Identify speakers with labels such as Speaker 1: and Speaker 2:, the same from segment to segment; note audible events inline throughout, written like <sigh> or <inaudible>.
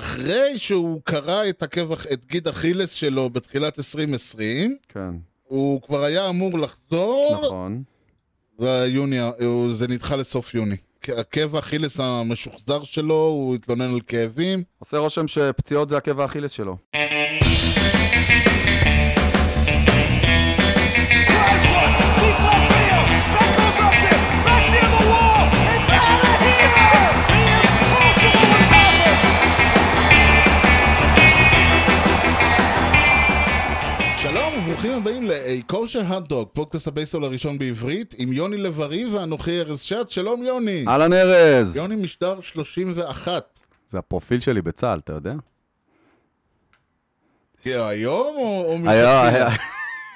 Speaker 1: אחרי שהוא קרע את, הכבח, את גיד אכילס שלו בתחילת 2020,
Speaker 2: כן,
Speaker 1: הוא כבר היה אמור לחזור,
Speaker 2: נכון.
Speaker 1: ויוני, הוא- זה נדחה לסוף יוני. כי עקב אכילס המשוחזר שלו, הוא התלונן על כאבים.
Speaker 2: עושה רושם שפציעות זה עקב האכילס שלו.
Speaker 3: Drives one, deep left field. That goes up to, back near the wall. It's out of here. The impossible has happened.
Speaker 1: שלום וברוכים הבאים ל-Kosher Hot Dog, פודקאסט הבייסול הראשון בעברית, עם יוני לב-ארי ואנוכי ארז שץ. שלום יוני.
Speaker 2: אהלן ארז!
Speaker 1: יוני משדר 31.
Speaker 2: זה הפרופיל שלי בצה"ל, אתה יודע?
Speaker 1: כאילו, היום או, או
Speaker 2: היה,
Speaker 1: מלכתחילה?
Speaker 2: היה-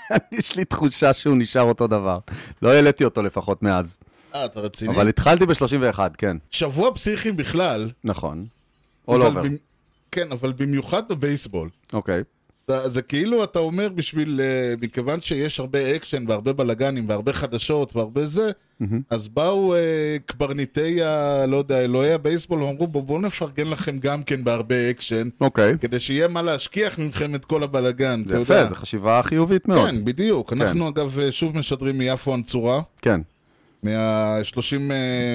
Speaker 2: <laughs> יש לי תחושה שהוא נשאר אותו דבר. לא העליתי אותו לפחות מאז.
Speaker 1: אה, אתה רציני?
Speaker 2: אבל התחלתי ב-31, כן,
Speaker 1: שבוע פסיכי בכלל.
Speaker 2: נכון.
Speaker 1: אבל
Speaker 2: All over,
Speaker 1: במ- כן, אבל במיוחד בבייסבול.
Speaker 2: אוקיי.
Speaker 1: זה, זה כאילו אתה אומר בשביל, אה, מכיוון שיש הרבה אקשן והרבה בלאגנים והרבה חדשות והרבה זה, אז באו אה, קברניטי, ה, לא יודע, אלוהי הבייסבול ואמרו בואו בוא נפרגן לכם גם כן בהרבה אקשן,
Speaker 2: אוקיי.
Speaker 1: כדי שיהיה מה להשכיח מכם את כל הבלאגן, אתה
Speaker 2: זה
Speaker 1: יודע.
Speaker 2: יפה, זו חשיבה חיובית מאוד.
Speaker 1: כן, בדיוק. אנחנו אגב אה, שוב משדרים מיפו הנצורה,
Speaker 2: כן.
Speaker 1: מה-30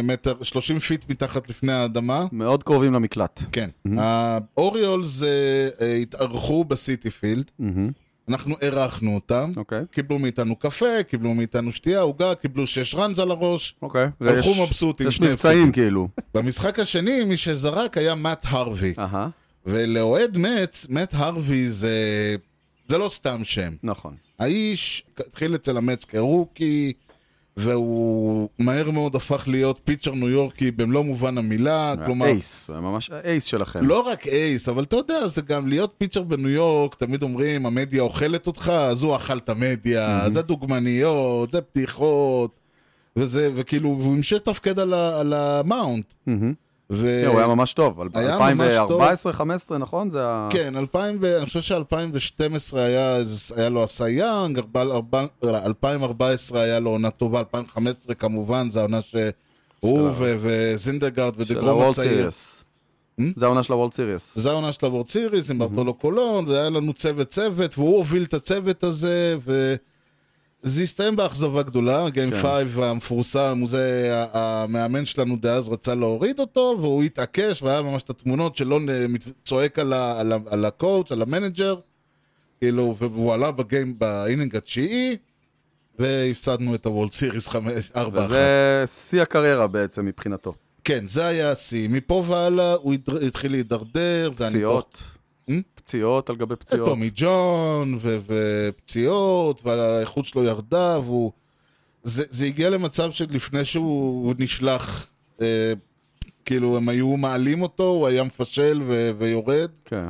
Speaker 1: מטר, 30 פיט מתחת לפני האדמה.
Speaker 2: מאוד קרובים למקלט.
Speaker 1: כן.
Speaker 2: Mm-hmm.
Speaker 1: האוריולס אה, אה, התארחו בסיטי פילד,
Speaker 2: מהמם,
Speaker 1: אנחנו אירחנו אותם.
Speaker 2: Mm-hmm. אוקיי.
Speaker 1: קיבלו מאיתנו קפה, קיבלו מאיתנו שתייה, עוגה, קיבלו שש ראנז על
Speaker 2: <laughs>
Speaker 1: הראש.
Speaker 2: אוקיי.
Speaker 1: הלכו
Speaker 2: ויש-
Speaker 1: מבסוטים,
Speaker 2: יש
Speaker 1: שני
Speaker 2: מבצעים כאילו.
Speaker 1: במשחק השני, מי שזרק היה מאט הרווי.
Speaker 2: אהה,
Speaker 1: ולאוהד מאץ, מאט הרווי זה... זה לא סתם שם.
Speaker 2: נכון.
Speaker 1: האיש התחיל אצל המץ כרוקי, והוא מהר מאוד הפך להיות פיצ'ר ניו יורקי במלוא מובן המילה.
Speaker 2: הוא היה
Speaker 1: כלומר,
Speaker 2: אה, אייס, הוא היה ממש אייס שלכם.
Speaker 1: לא רק אייס, אבל אתה יודע, זה גם להיות פיצ'ר בניו יורק, תמיד אומרים, המדיה אוכלת אותך, אז הוא אכל את המדיה, זה דוגמניות, זה פתיחות, וזה, וכאילו, והוא המשיך לתפקד על, ה- על המאונט.
Speaker 2: מהמם.
Speaker 1: ו...
Speaker 2: כן, הוא היה ממש טוב.
Speaker 1: היה ממש טוב.
Speaker 2: 2014-2015, נכון? זה ה...
Speaker 1: כן, 2000, ו- אני חושב ש-2012 היה, איזה- היה לו הסייאנג, לא, 2014 היה לו עונה טובה, 2015 כמובן, זו העונה שהוא ו- וזינדגרד
Speaker 2: של
Speaker 1: ודגרום
Speaker 2: הוולד
Speaker 1: הצעיר.
Speaker 2: סיריוס. זה העונה של הוולד סיריוס.
Speaker 1: Hmm? זה העונה של הוורד סיריס עם ברטולו קולון, והיה לנו צוות צוות, והוא הוביל את הצוות הזה, וזה הסתיים באכזבה גדולה, גיים
Speaker 2: כן.
Speaker 1: 5 המפורסם, הוא זה, ה- המאמן שלנו דאז רצה להוריד אותו, והוא התעקש, והיה ממש את התמונות שלו נ- מת- צועק על ה- על ה- על הקואוצ', על המנג'ר, כאילו, והוא עלה בגיים, באינינג התשיעי, והפסדנו את הוולד סיריס 4
Speaker 2: וזה שיא הקריירה בעצם מבחינתו.
Speaker 1: כן, זה היה השיא. מפה והלאה הוא הדר- התחיל להידרדר, זה היה ניתוח
Speaker 2: פציעות. פציעות על גבי
Speaker 1: Hmm? זה
Speaker 2: פציעות.
Speaker 1: טומי ג'ון, ו- ופציעות, והאיכות שלו ירדה, והוא... זה, זה הגיע למצב שלפני שהוא נשלח, אה, כאילו, הם היו מעלים אותו, הוא היה מפשל ו- ויורד.
Speaker 2: כן.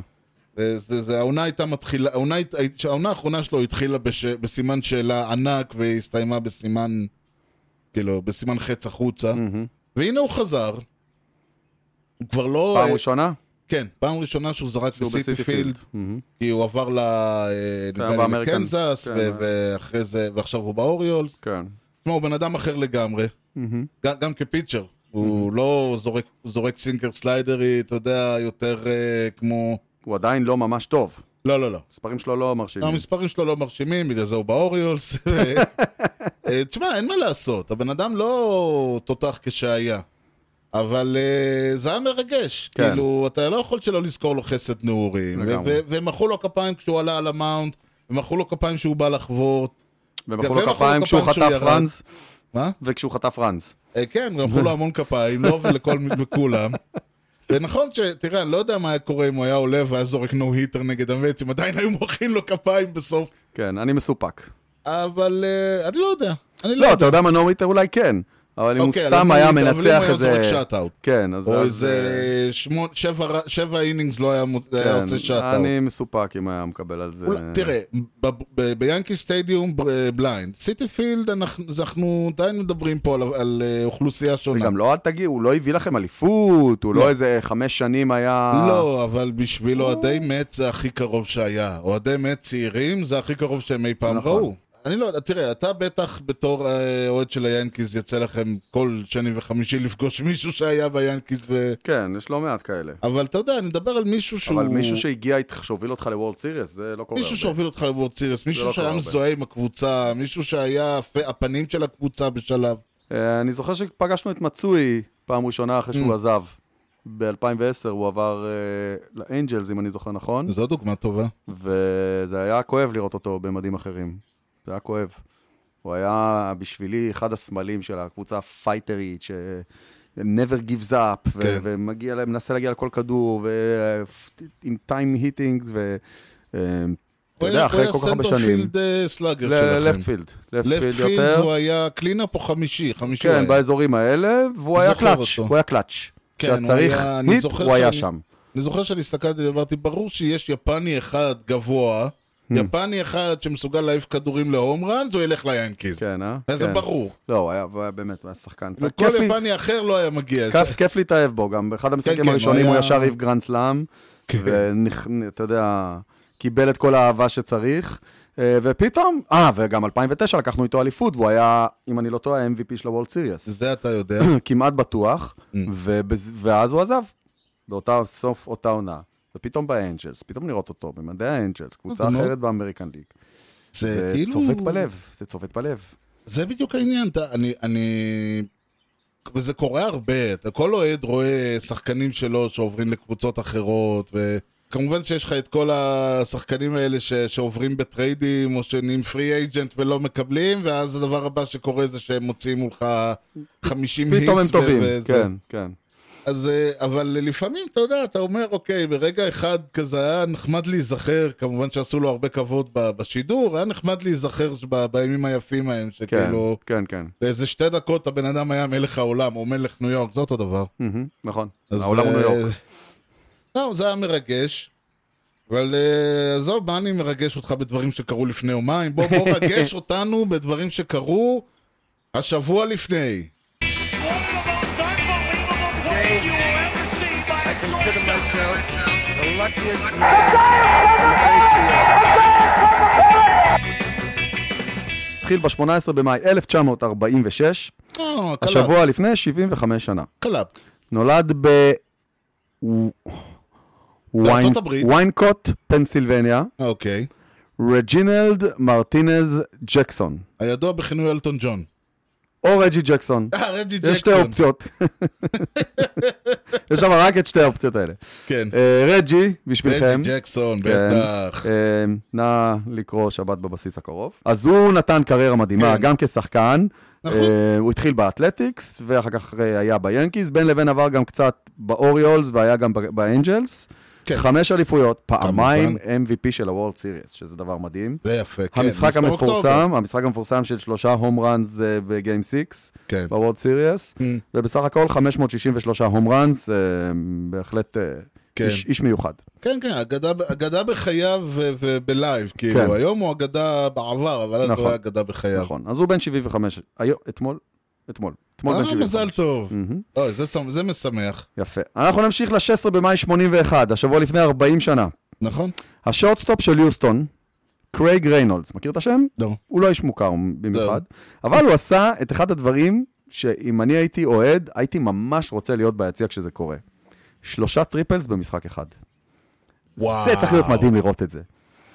Speaker 1: אה, זה, זה, העונה הייתה מתחילה, העונה, הת- הי- העונה האחרונה שלו התחילה בש, בסימן שאלה ענק, והסתיימה בסימן, כאילו, בסימן חץ החוצה.
Speaker 2: מהמם.
Speaker 1: והנה הוא חזר. הוא כבר לא...
Speaker 2: פעם
Speaker 1: אה,
Speaker 2: ראשונה?
Speaker 1: כן, פעם ראשונה שהוא זרק
Speaker 2: שהוא Hmm,
Speaker 1: בסיטי פילד.
Speaker 2: מהמם.
Speaker 1: כי הוא עבר ל... אה,
Speaker 2: כן,
Speaker 1: נדמה לי
Speaker 2: באמריקן.
Speaker 1: לקנזס,
Speaker 2: כן,
Speaker 1: ו-
Speaker 2: אה.
Speaker 1: ואחרי זה, ועכשיו הוא באוריולס.
Speaker 2: כן.
Speaker 1: תשמע, הוא בן אדם אחר לגמרי,
Speaker 2: מהמם.
Speaker 1: ג- גם כפיצ'ר. הוא לא זורק, הוא זורק סינקר סליידרי, אתה יודע, יותר אה, כמו...
Speaker 2: הוא עדיין לא ממש טוב.
Speaker 1: לא, לא, לא.
Speaker 2: המספרים שלו לא מרשימים.
Speaker 1: המספרים שלו לא מרשימים, בגלל זה הוא
Speaker 2: <laughs>
Speaker 1: באוריולס. ו- אה, תשמע, אין מה לעשות, הבן אדם לא תותח כשהיה. אבל אה, זה היה מרגש,
Speaker 2: כן.
Speaker 1: כאילו, אתה לא יכול שלא לזכור לו חסד נעורים. ו-
Speaker 2: לגמרי.
Speaker 1: ו- ומחאו לו כפיים כשהוא עלה על המאונד, ומחאו לו כפיים שהוא בא לחבוט.
Speaker 2: ומחאו
Speaker 1: ומחאו
Speaker 2: לו כפיים כשהוא
Speaker 1: כפיים כשהוא
Speaker 2: חטף
Speaker 1: ירד.
Speaker 2: ראנז,
Speaker 1: מה?
Speaker 2: וכשהוא חטף ראנז.
Speaker 1: אה, כן, רמחו לו המון כפיים, לא
Speaker 2: <laughs>
Speaker 1: ולכל לכולם. ונכון ש... תראה, אני לא יודע מה היה קורה אם הוא היה עולה והיה זורק נו היטר נגד המץ, אם עדיין היו מוחאים לו כפיים בסוף,
Speaker 2: כן, אני מסופק.
Speaker 1: אבל אה, אני לא יודע. אני לא
Speaker 2: לא,
Speaker 1: יודע.
Speaker 2: אתה יודע מה נוריטר אולי כן, אבל אם הוא
Speaker 1: אוקיי,
Speaker 2: סתם
Speaker 1: אבל
Speaker 2: היה
Speaker 1: אם הוא- אבל אם
Speaker 2: מנצח
Speaker 1: הוא היה זורק
Speaker 2: איזה...
Speaker 1: שאט-אאוט.
Speaker 2: כן, אז...
Speaker 1: או
Speaker 2: אז,
Speaker 1: איזה שמונה- שבע ר- שבע אינינגס לא היה מות-
Speaker 2: אה,
Speaker 1: היה
Speaker 2: כן,
Speaker 1: עושה שאט-אאוט.
Speaker 2: אני מסופק אם היה מקבל על זה.
Speaker 1: אולי- תראה, ב- ב- ביאנקי סטדיום ב- אה, בליינד, סיטי פילד, אנחנו אנחנו עדיין מדברים פה על- על אה, אוכלוסייה שונה.
Speaker 2: וגם לא, אל תגיד, הוא לא הביא לכם אליפות, הוא לא איזה חמש שנים היה...
Speaker 1: לא, אבל בשביל אוהדי מת זה הכי קרוב שהיה. אוהדי מת צעירים זה הכי קרוב שהם אי פעם
Speaker 2: נכון.
Speaker 1: ראו. אני לא יודע, תראה, אתה בטח בתור אה, אוהד של היאנקיז, יצא לכם כל שני וחמישי לפגוש מישהו שהיה ביאנקיז, ו...
Speaker 2: כן, יש לא מעט כאלה.
Speaker 1: אבל אתה יודע, אני מדבר על מישהו שהוא...
Speaker 2: אבל מישהו שהגיע איתך, שהוביל אותך לוולד סיריס, זה לא קורה.
Speaker 1: מישהו
Speaker 2: הרבה.
Speaker 1: שהוביל אותך לוורד סיריוס,
Speaker 2: לא
Speaker 1: מישהו
Speaker 2: קורה
Speaker 1: שהיה
Speaker 2: הרבה.
Speaker 1: מזוהה עם הקבוצה, מישהו שהיה הפ- הפנים של הקבוצה בשלב.
Speaker 2: אה, אני זוכר שפגשנו את מצוי פעם ראשונה אחרי
Speaker 1: Mm.
Speaker 2: שהוא עזב. ב-2010 הוא עבר אה, לאנג'לס, אם אני זוכר נכון,
Speaker 1: זו דוגמה טובה.
Speaker 2: וזה היה כואב לראות אותו במדים אחרים. זה היה כואב. הוא היה בשבילי אחד הסמלים של הקבוצה הפייטרית, ש... never gives up, ו-
Speaker 1: כן.
Speaker 2: ומגיע להם, מנסה להגיע לכל כדור, ו- עם טיים היטינג, ו... אה, אתה
Speaker 1: הוא
Speaker 2: יודע,
Speaker 1: היה- הוא
Speaker 2: אחרי
Speaker 1: היה
Speaker 2: כל כך הרבה שנים.
Speaker 1: סנטרפילד אה, סלאגר
Speaker 2: לפט
Speaker 1: שלכם.
Speaker 2: פילד. לפט
Speaker 1: לפט
Speaker 2: פילד
Speaker 1: פילד,
Speaker 2: יותר.
Speaker 1: והוא היה קלינאפ או חמישי, חמישי הוא
Speaker 2: כן,
Speaker 1: היה.
Speaker 2: באזורים האלה, והוא היה
Speaker 1: זוכר
Speaker 2: קלאץ',
Speaker 1: אותו.
Speaker 2: הוא היה קלאץ'.
Speaker 1: כן, הוא
Speaker 2: כשהיה צריך
Speaker 1: היה- אני
Speaker 2: היט,
Speaker 1: זוכר
Speaker 2: הוא היה
Speaker 1: שאני-
Speaker 2: שם.
Speaker 1: אני זוכר שאני הסתכלתי ואמרתי, ברור שיש יפני אחד גבוה,
Speaker 2: Hmm.
Speaker 1: יפני אחד שמסוגל להעיף כדורים להום ראנס, הוא ילך ליאנקיז.
Speaker 2: כן, אה?
Speaker 1: אז זה
Speaker 2: כן.
Speaker 1: ברור.
Speaker 2: לא, הוא היה- הוא היה באמת, הוא היה שחקן.
Speaker 1: כל
Speaker 2: כיף לי-
Speaker 1: יפני אחר לא היה מגיע.
Speaker 2: כיף- כיף להתאהב בו גם, באחד
Speaker 1: כן,
Speaker 2: המשחקים
Speaker 1: הוא
Speaker 2: הראשונים הוא
Speaker 1: היה-
Speaker 2: ישר העיף גרנד סלאם,
Speaker 1: כן.
Speaker 2: ואתה יודע, קיבל את כל האהבה שצריך, אה, ופתאום, אה, וגם 2009 לקחנו איתו אליפות, והוא היה, אם אני לא טועה, ה-MVP של הוולד סיריוס.
Speaker 1: זה אתה
Speaker 2: <coughs>
Speaker 1: יודע.
Speaker 2: כמעט בטוח,
Speaker 1: Mm.
Speaker 2: ובז- ואז הוא עזב, באותה, סוף אותה עונה. ופתאום באנג'לס, פתאום לראות אותו במדעי האנג'לס, קבוצה
Speaker 1: לא, זה מאוד-
Speaker 2: אחרת באמריקן ליג.
Speaker 1: זה
Speaker 2: זה
Speaker 1: כאילו...
Speaker 2: צובט בלב, זה צובט בלב.
Speaker 1: זה בדיוק העניין, אתה, אני, אני... וזה קורה הרבה, אתה כל אוהד רואה שחקנים שלו שעוברים לקבוצות אחרות, וכמובן שיש לך את כל השחקנים האלה ש, שעוברים בטריידים, או שנהיים פרי אייג'נט ולא מקבלים, ואז הדבר הבא שקורה זה שהם מוציאים מולך 50 היטס.
Speaker 2: פתאום הם טובים,
Speaker 1: וזה-
Speaker 2: כן, כן.
Speaker 1: אז, אה, אבל לפעמים, אתה יודע, אתה אומר, אוקיי, ברגע אחד כזה היה נחמד להיזכר, כמובן שעשו לו הרבה כבוד ב- בשידור, היה נחמד להיזכר ב- בימים היפים ההם,
Speaker 2: כן,
Speaker 1: שכאילו...
Speaker 2: כן, כן,
Speaker 1: באיזה שתי דקות הבן אדם היה מלך העולם, או מלך ניו יורק, זה אותו דבר.
Speaker 2: מהמם, נכון.
Speaker 1: אז,
Speaker 2: העולם הוא ניו יורק.
Speaker 1: אה, לא, זה היה מרגש. אבל אה, עזוב, מה אני מרגש אותך בדברים שקרו לפני יומיים? בוא, בוא
Speaker 2: <laughs>
Speaker 1: רגש אותנו בדברים שקרו השבוע לפני.
Speaker 4: I consider myself the luckiest man.
Speaker 2: התחיל ב-18 במאי 1946,
Speaker 1: אה, קלאפ,
Speaker 2: השבוע לפני 75 שנה.
Speaker 1: קלאפ.
Speaker 2: נולד ב...
Speaker 1: בארצות הברית.
Speaker 2: ויינקוט, פנסילבניה,
Speaker 1: אוקיי.
Speaker 2: רג'ינלד מרטינז ג'קסון,
Speaker 1: הידוע בכינוי אלטון ג'ון.
Speaker 2: או רג'י ג'קסון.
Speaker 1: אה, רג'י
Speaker 2: יש שתי
Speaker 1: ג'קסון. <laughs>
Speaker 2: אופציות. יש שם רק את שתי האופציות האלה.
Speaker 1: כן.
Speaker 2: אה, רג'י, בשבילכם.
Speaker 1: רג'י ג'קסון,
Speaker 2: כן.
Speaker 1: בטח.
Speaker 2: אה, נא לקרוא שבת בבסיס הקרוב. אז הוא נתן קריירה מדהימה,
Speaker 1: כן.
Speaker 2: גם כשחקן.
Speaker 1: נכון.
Speaker 2: אה, הוא התחיל באתלטיקס, ואחר כך אה, היה ביאנקיז, בין לבין עבר גם קצת באוריולס, והיה גם ב- באנג'לס.
Speaker 1: כן.
Speaker 2: חמש אליפויות, פעמיים MVP של הוורלד סיריס, שזה דבר מדהים.
Speaker 1: זה יפה, כן.
Speaker 2: המשחק
Speaker 1: מיסטר אוקטובר.
Speaker 2: המפורסם, המשחק המפורסם של שלושה הום ראנס אה, בגיים 6,
Speaker 1: כן.
Speaker 2: בוורלד סיריוס, ובסך הכל 563 הום ראנס, אה, בהחלט אה,
Speaker 1: כן.
Speaker 2: איש איש מיוחד.
Speaker 1: כן, כן, אגדה, אגדה בחייו ו- ובלייב, כאילו,
Speaker 2: כן.
Speaker 1: כן. היום הוא אגדה בעבר, אבל אז
Speaker 2: נכון.
Speaker 1: הוא היה אגדה בחייו. נכון.
Speaker 2: נכון, אז הוא בן 75, היום, אתמול, אתמול, אתמול בן
Speaker 1: אה,
Speaker 2: 75.
Speaker 1: מזל טוב.
Speaker 2: Mm.
Speaker 1: אוי, זה, שמ- זה משמח,
Speaker 2: יפה. אנחנו נמשיך ל-16 במאי 81, השבוע לפני 40 שנה.
Speaker 1: נכון?
Speaker 2: השורטסטופ של יוסטון, קרייג ריינולדס, מכיר את השם?
Speaker 1: לא.
Speaker 2: הוא לא איש מוכר במיוחד, אבל הוא עשה את אחד הדברים שאם אני הייתי אוהד, הייתי ממש רוצה להיות ביציע כשזה קורה. שלושה טריפלס במשחק אחד.
Speaker 1: וואו.
Speaker 2: זה צריך להיות מדהים לראות את זה.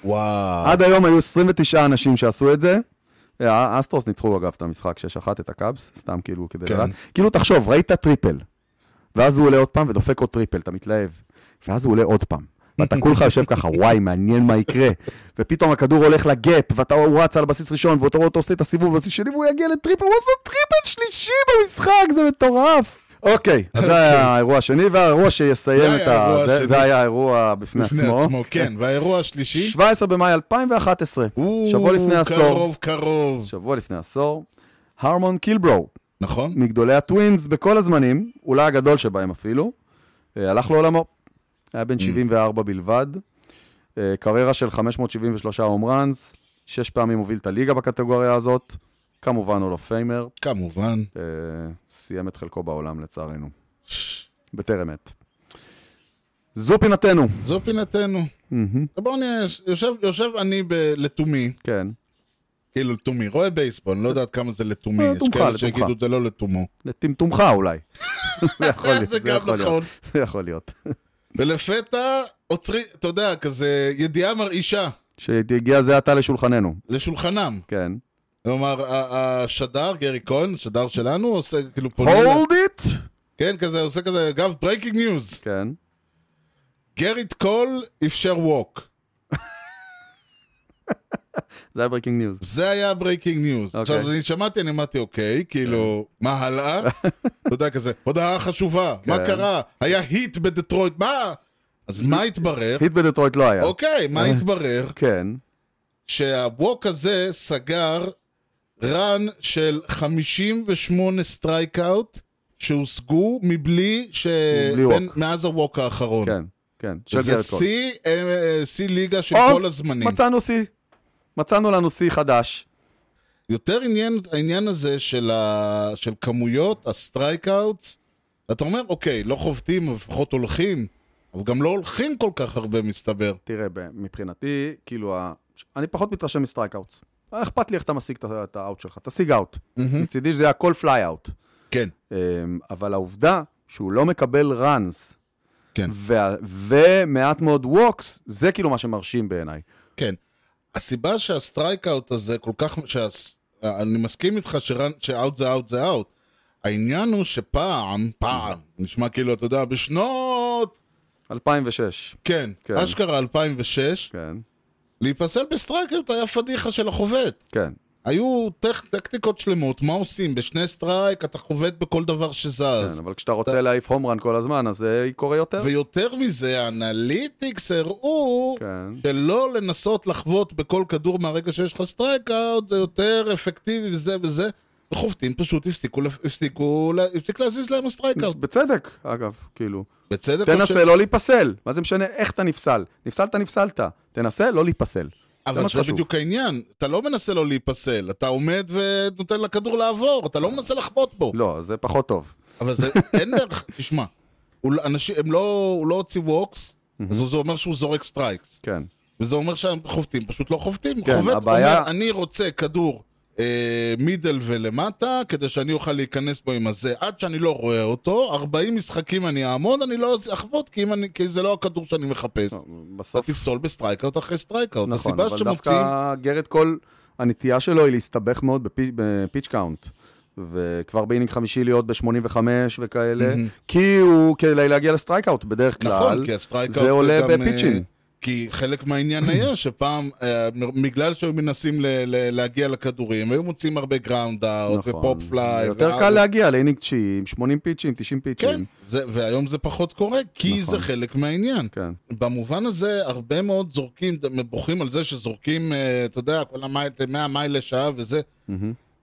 Speaker 1: וואו.
Speaker 2: עד היום היו 29 אנשים שעשו את זה. אה, האסטרוס ניצחו אגב את המשחק 6-1 את הקאבס, סתם כאילו כדי
Speaker 1: כן.
Speaker 2: לדעת. כאילו תחשוב, ראית טריפל, ואז הוא עולה עוד פעם ודופק עוד טריפל, אתה מתלהב, ואז הוא עולה עוד פעם. ואתה כולך יושב
Speaker 1: <laughs>
Speaker 2: ככה, וואי, מעניין מה יקרה. ופתאום הכדור הולך לגאפ, ואתה הוא רץ על בסיס ראשון, ואותו רואה אותו עושה את הסיבוב בבסיס שני, והוא יגיע לטריפל, הוא עושה טריפל שלישי במשחק, זה מטורף. אוקיי, אז זה היה האירוע השני, והאירוע שיסיים
Speaker 1: זה
Speaker 2: את
Speaker 1: היה
Speaker 2: ה...
Speaker 1: האירוע
Speaker 2: זה-
Speaker 1: השני.
Speaker 2: זה היה האירוע בפני
Speaker 1: בפני
Speaker 2: עצמו.
Speaker 1: עצמו,
Speaker 2: <laughs>
Speaker 1: כן. והאירוע השלישי?
Speaker 2: 17 במאי 2011,
Speaker 1: הוא
Speaker 2: שבוע לפני עשור,
Speaker 1: קרוב, קרוב.
Speaker 2: שבוע לפני עשור, הרמון קילברו,
Speaker 1: נכון?
Speaker 2: מגדולי הטווינס בכל הזמנים, אולי הגדול שבהם אפילו, אה, הלך לעולמו. היה
Speaker 1: Mm.
Speaker 2: בן 74 בלבד, אה, קריירה של 573 הום ראנס, שש פעמים הוביל את הליגה בקטגוריה הזאת, כמובן הולו פיימר,
Speaker 1: כמובן.
Speaker 2: אה, סיים את חלקו בעולם לצערנו, בטרם עת. זו פינתנו,
Speaker 1: זו פינתנו. בואו נהיה, יושב, יושב אני ב- לתומי,
Speaker 2: כן,
Speaker 1: כאילו לתומי, רואה בייסבול, אני לא יודעת כמה זה לתומי,
Speaker 2: אה,
Speaker 1: יש
Speaker 2: לתומך,
Speaker 1: כאלה
Speaker 2: לתומך.
Speaker 1: שיגידו זה לא לתומו.
Speaker 2: לטמטומך אולי. זה יכול להיות,
Speaker 1: כן, <laughs> זה גם
Speaker 2: יכול להיות,
Speaker 1: נכון.
Speaker 2: זה יכול להיות.
Speaker 1: ולפתע עוצרי, אתה יודע, כזה ידיעה מרעישה
Speaker 2: שהגיע זה עתה לשולחננו,
Speaker 1: לשולחנם.
Speaker 2: כן.
Speaker 1: כלומר, ה- השדר, גרי כהן, השדר שלנו, עושה כאילו פונה... ל-
Speaker 2: hold it!
Speaker 1: כן, כזה, עושה כזה, אגב, ברייקינג ניוז.
Speaker 2: כן.
Speaker 1: גריט קול אפשר ווק.
Speaker 2: זה היה ברקינג ניוז.
Speaker 1: זה היה ברייקינג ניוז.
Speaker 2: אוקיי.
Speaker 1: עכשיו, אני שמעתי, אני אמרתי, אוקיי, כאילו, מה הלאה? אתה יודע, כזה, הודעה חשובה, מה
Speaker 2: כן.
Speaker 1: קרה? היה היט בדטרויט, מה? אז מה
Speaker 2: <laughs>
Speaker 1: התברר?
Speaker 2: היט בדטרויט לא היה.
Speaker 1: אוקיי, מה התברר?
Speaker 2: כן.
Speaker 1: שהווק הזה סגר רן של 58 סטרייקאוט שהושגו מבלי ש...
Speaker 2: מבלי ווק.
Speaker 1: בין- מאז הווק האחרון.
Speaker 2: כן, כן. של
Speaker 1: זה
Speaker 2: גרד קול.
Speaker 1: שיא, אה, שיא ליגה של
Speaker 2: או,
Speaker 1: כל הזמנים.
Speaker 2: מצאנו שיא. מצאנו לנו שיא חדש.
Speaker 1: יותר עניין העניין הזה של, ה... של כמויות הסטרייקאוטס, אתה אומר, אוקיי, לא חובטים, אבל לפחות הולכים, אבל גם לא הולכים כל כך הרבה, מסתבר.
Speaker 2: תראה, ב- מבחינתי, כאילו, ה- אני פחות מתרשם מסטרייקאוטס. לא אכפת לי איך אתה משיג את ה- את האאוט שלך, תשיג אאוט. מצידי שזה היה כל פליי אאוט.
Speaker 1: כן,
Speaker 2: אמ, אבל העובדה שהוא לא מקבל ראנס,
Speaker 1: כן.
Speaker 2: וה- ומעט מאוד ווקס, זה כאילו מה שמרשים בעיניי.
Speaker 1: כן. הסיבה שהסטרייקאוט הזה כל כך... שהס... אני מסכים איתך שרן- שאאוט זה אאוט זה אאוט. העניין הוא שפעם, פעם, נשמע כאילו, אתה יודע, בשנות...
Speaker 2: 2006,
Speaker 1: כן,
Speaker 2: כן.
Speaker 1: אשכרה 2006,
Speaker 2: כן,
Speaker 1: להיפסל בסטרייקאוט היה פדיחה של החובט.
Speaker 2: כן,
Speaker 1: היו טכ- טקטיקות שלמות, מה עושים? בשני סטרייק אתה חובט בכל דבר
Speaker 2: כן,
Speaker 1: שזז.
Speaker 2: אבל כשאתה רוצה להעיף הום רן כל הזמן, אז זה קורה יותר.
Speaker 1: ויותר מזה, האנליטיקס הראו
Speaker 2: כן.
Speaker 1: שלא לנסות לחבוט בכל כדור מהרגע שיש לך סטרייקאוט, זה יותר אפקטיבי וזה וזה. וחובטים פשוט הפסיקו, לפ- הפסיקו, לה- הפסיק להזיז להם הסטרייקאוט.
Speaker 2: בצדק, אגב, כאילו.
Speaker 1: בצדק. או ש-
Speaker 2: תנסה לא להיפסל. מה זה משנה איך אתה נפסל? נפסלת, נפסלת. תנסה לא להיפסל. זה
Speaker 1: אבל
Speaker 2: מה
Speaker 1: זה
Speaker 2: שחשוב.
Speaker 1: בדיוק העניין, אתה לא מנסה לא להיפסל, אתה עומד ונותן לכדור לעבור, אתה לא מנסה לחבוט בו.
Speaker 2: לא, זה פחות טוב.
Speaker 1: אבל זה, אין דרך, תשמע, הוא לא- אנשים, הם לא, הוא לא הוציא ווקס, אז הוא- זה אומר שהוא זורק סטרייקס.
Speaker 2: כן.
Speaker 1: וזה אומר שהחובטים פשוט לא חובטים.
Speaker 2: כן,
Speaker 1: חובט
Speaker 2: הבעיה-
Speaker 1: אומר, אני רוצה כדור אה, מידל ולמטה, כדי שאני אוכל להיכנס בו עם הזה. עד שאני לא רואה אותו, 40 משחקים אני אעמוד, אני לא אחבוט, כי, אם אני, כי זה לא הכדור שאני מחפש. אתה
Speaker 2: בסוף,
Speaker 1: תפסול בסטרייקאוט אחרי סטרייקאוט.
Speaker 2: נכון,
Speaker 1: הסיבה
Speaker 2: אבל
Speaker 1: שמוציאים...
Speaker 2: דווקא גרד קול, הנטייה שלו היא להסתבך מאוד בפי- בפיץ' קאונט. וכבר באינינג חמישי להיות ב-85 וכאלה, כי הוא, כדי להגיע לסטרייקאוט בדרך כלל,
Speaker 1: נכון, כי הסטרייקאוט
Speaker 2: זה עולה
Speaker 1: גם, אה,
Speaker 2: בפיצ'ים.
Speaker 1: כי חלק מהעניין
Speaker 2: <clears throat>
Speaker 1: היה שפעם, אה, מ- בגלל שהיו מנסים ל- ל- להגיע לכדורים, היו מוצאים הרבה גראונד אאוט
Speaker 2: נכון.
Speaker 1: ופופ פליי.
Speaker 2: יותר קל להגיע לאינינג תשיעי, עם 80 פיצ'ים, 90
Speaker 1: כן,
Speaker 2: פיצ'ים.
Speaker 1: זה, והיום זה פחות קורה, כי
Speaker 2: כאילו. נכון.
Speaker 1: זה חלק מהעניין.
Speaker 2: כן.
Speaker 1: במובן הזה, הרבה מאוד זורקים, בוכים על זה שזורקים, אה, אתה יודע, כל המייל, 100 מייל לשעה וזה.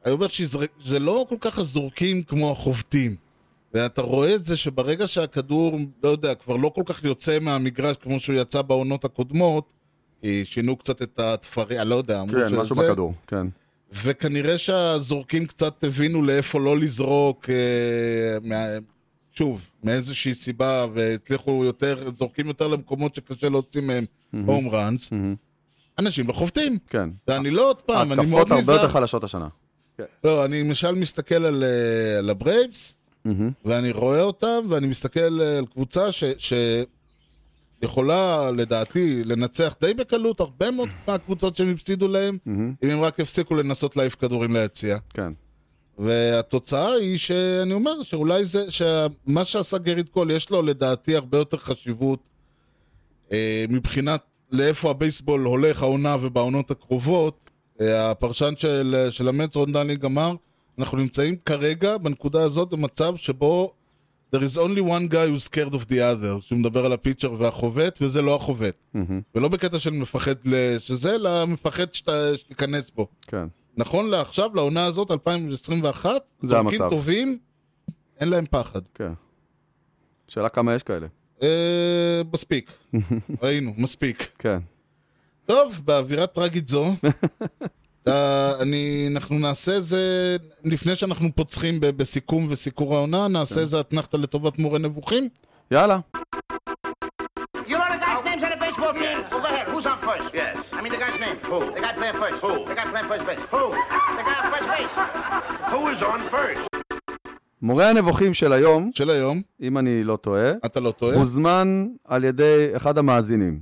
Speaker 1: אני אומר שזה לא כל כך הזורקים כמו החובטים. ואתה רואה את זה שברגע שהכדור, לא יודע, כבר לא כל כך יוצא מהמגרש כמו שהוא יצא בעונות הקודמות, אה, שינו קצת את התפריה, לא יודע, אמרו
Speaker 2: כן,
Speaker 1: שזה-
Speaker 2: משהו בכדור, כן.
Speaker 1: וכנראה שהזורקים קצת הבינו לאיפה לא לזרוק, אה, מה... שוב, מאיזושהי סיבה, והצליחו יותר, זורקים יותר למקומות שקשה להוציא מהם הום ראנס. אנשים לא חובטים.
Speaker 2: כן.
Speaker 1: ואני לא עוד פעם, אני
Speaker 2: התקפות
Speaker 1: מאוד
Speaker 2: הרבה
Speaker 1: נזהר.
Speaker 2: יותר חלשות השנה.
Speaker 1: לא, אני למשל מסתכל על, אה, על הברייבס, ואני רואה אותם, ואני מסתכל אה, על קבוצה ש... ש... יכולה, לדעתי, לנצח די בקלות הרבה
Speaker 2: <clears throat>
Speaker 1: מאוד מהקבוצות שהם הפסידו להם, אם הם רק יפסיקו לנסות להעיף כדורים ליציאה.
Speaker 2: כן.
Speaker 1: והתוצאה היא שאני אומר שאולי זה, שמה שעשה גריד קול, יש לו לדעתי הרבה יותר חשיבות אה, מבחינת לאיפה הבייסבול הולך העונה ובעונות הקרובות. אה, הפרשן של, של המץ, רון דנליג, אמר, אנחנו נמצאים כרגע בנקודה הזאת במצב שבו there is only one guy who's scared of the other, שהוא מדבר על הפיצ'ר והחובט, וזה לא החובט.
Speaker 2: מהמם.
Speaker 1: ולא בקטע של מפחד ל- שזה, אלא מפחד שאתה- שתיכנס בו.
Speaker 2: כן.
Speaker 1: נכון לעכשיו, לעונה הזאת, 2021,
Speaker 2: זה
Speaker 1: זורקים
Speaker 2: המצב.
Speaker 1: טובים, אין להם פחד.
Speaker 2: כן. שאלה כמה יש כאלה.
Speaker 1: אה, מספיק.
Speaker 2: <laughs>
Speaker 1: ראינו, מספיק.
Speaker 2: כן.
Speaker 1: טוב, באווירה טרגית
Speaker 2: <laughs>
Speaker 1: זו, אה, אני, אנחנו נעשה איזה, לפני שאנחנו פוצחים ב- בסיכום וסיקור העונה,
Speaker 2: כן.
Speaker 1: נעשה איזה אתנחתה לטובת מורה נבוכים.
Speaker 2: יאללה.
Speaker 5: You know the guy's name's on the baseball both in. Well, go ahead. Who's on first? Yes. I mean the guy's name. Who? The guy playing first. Who? The guy playing first base. Who? The guy on first base. Who is on first?
Speaker 2: מורה הנבוכים של היום,
Speaker 1: של היום,
Speaker 2: אם אני לא טועה,
Speaker 1: אתה לא טועה,
Speaker 2: הוזמן על ידי אחד המאזינים.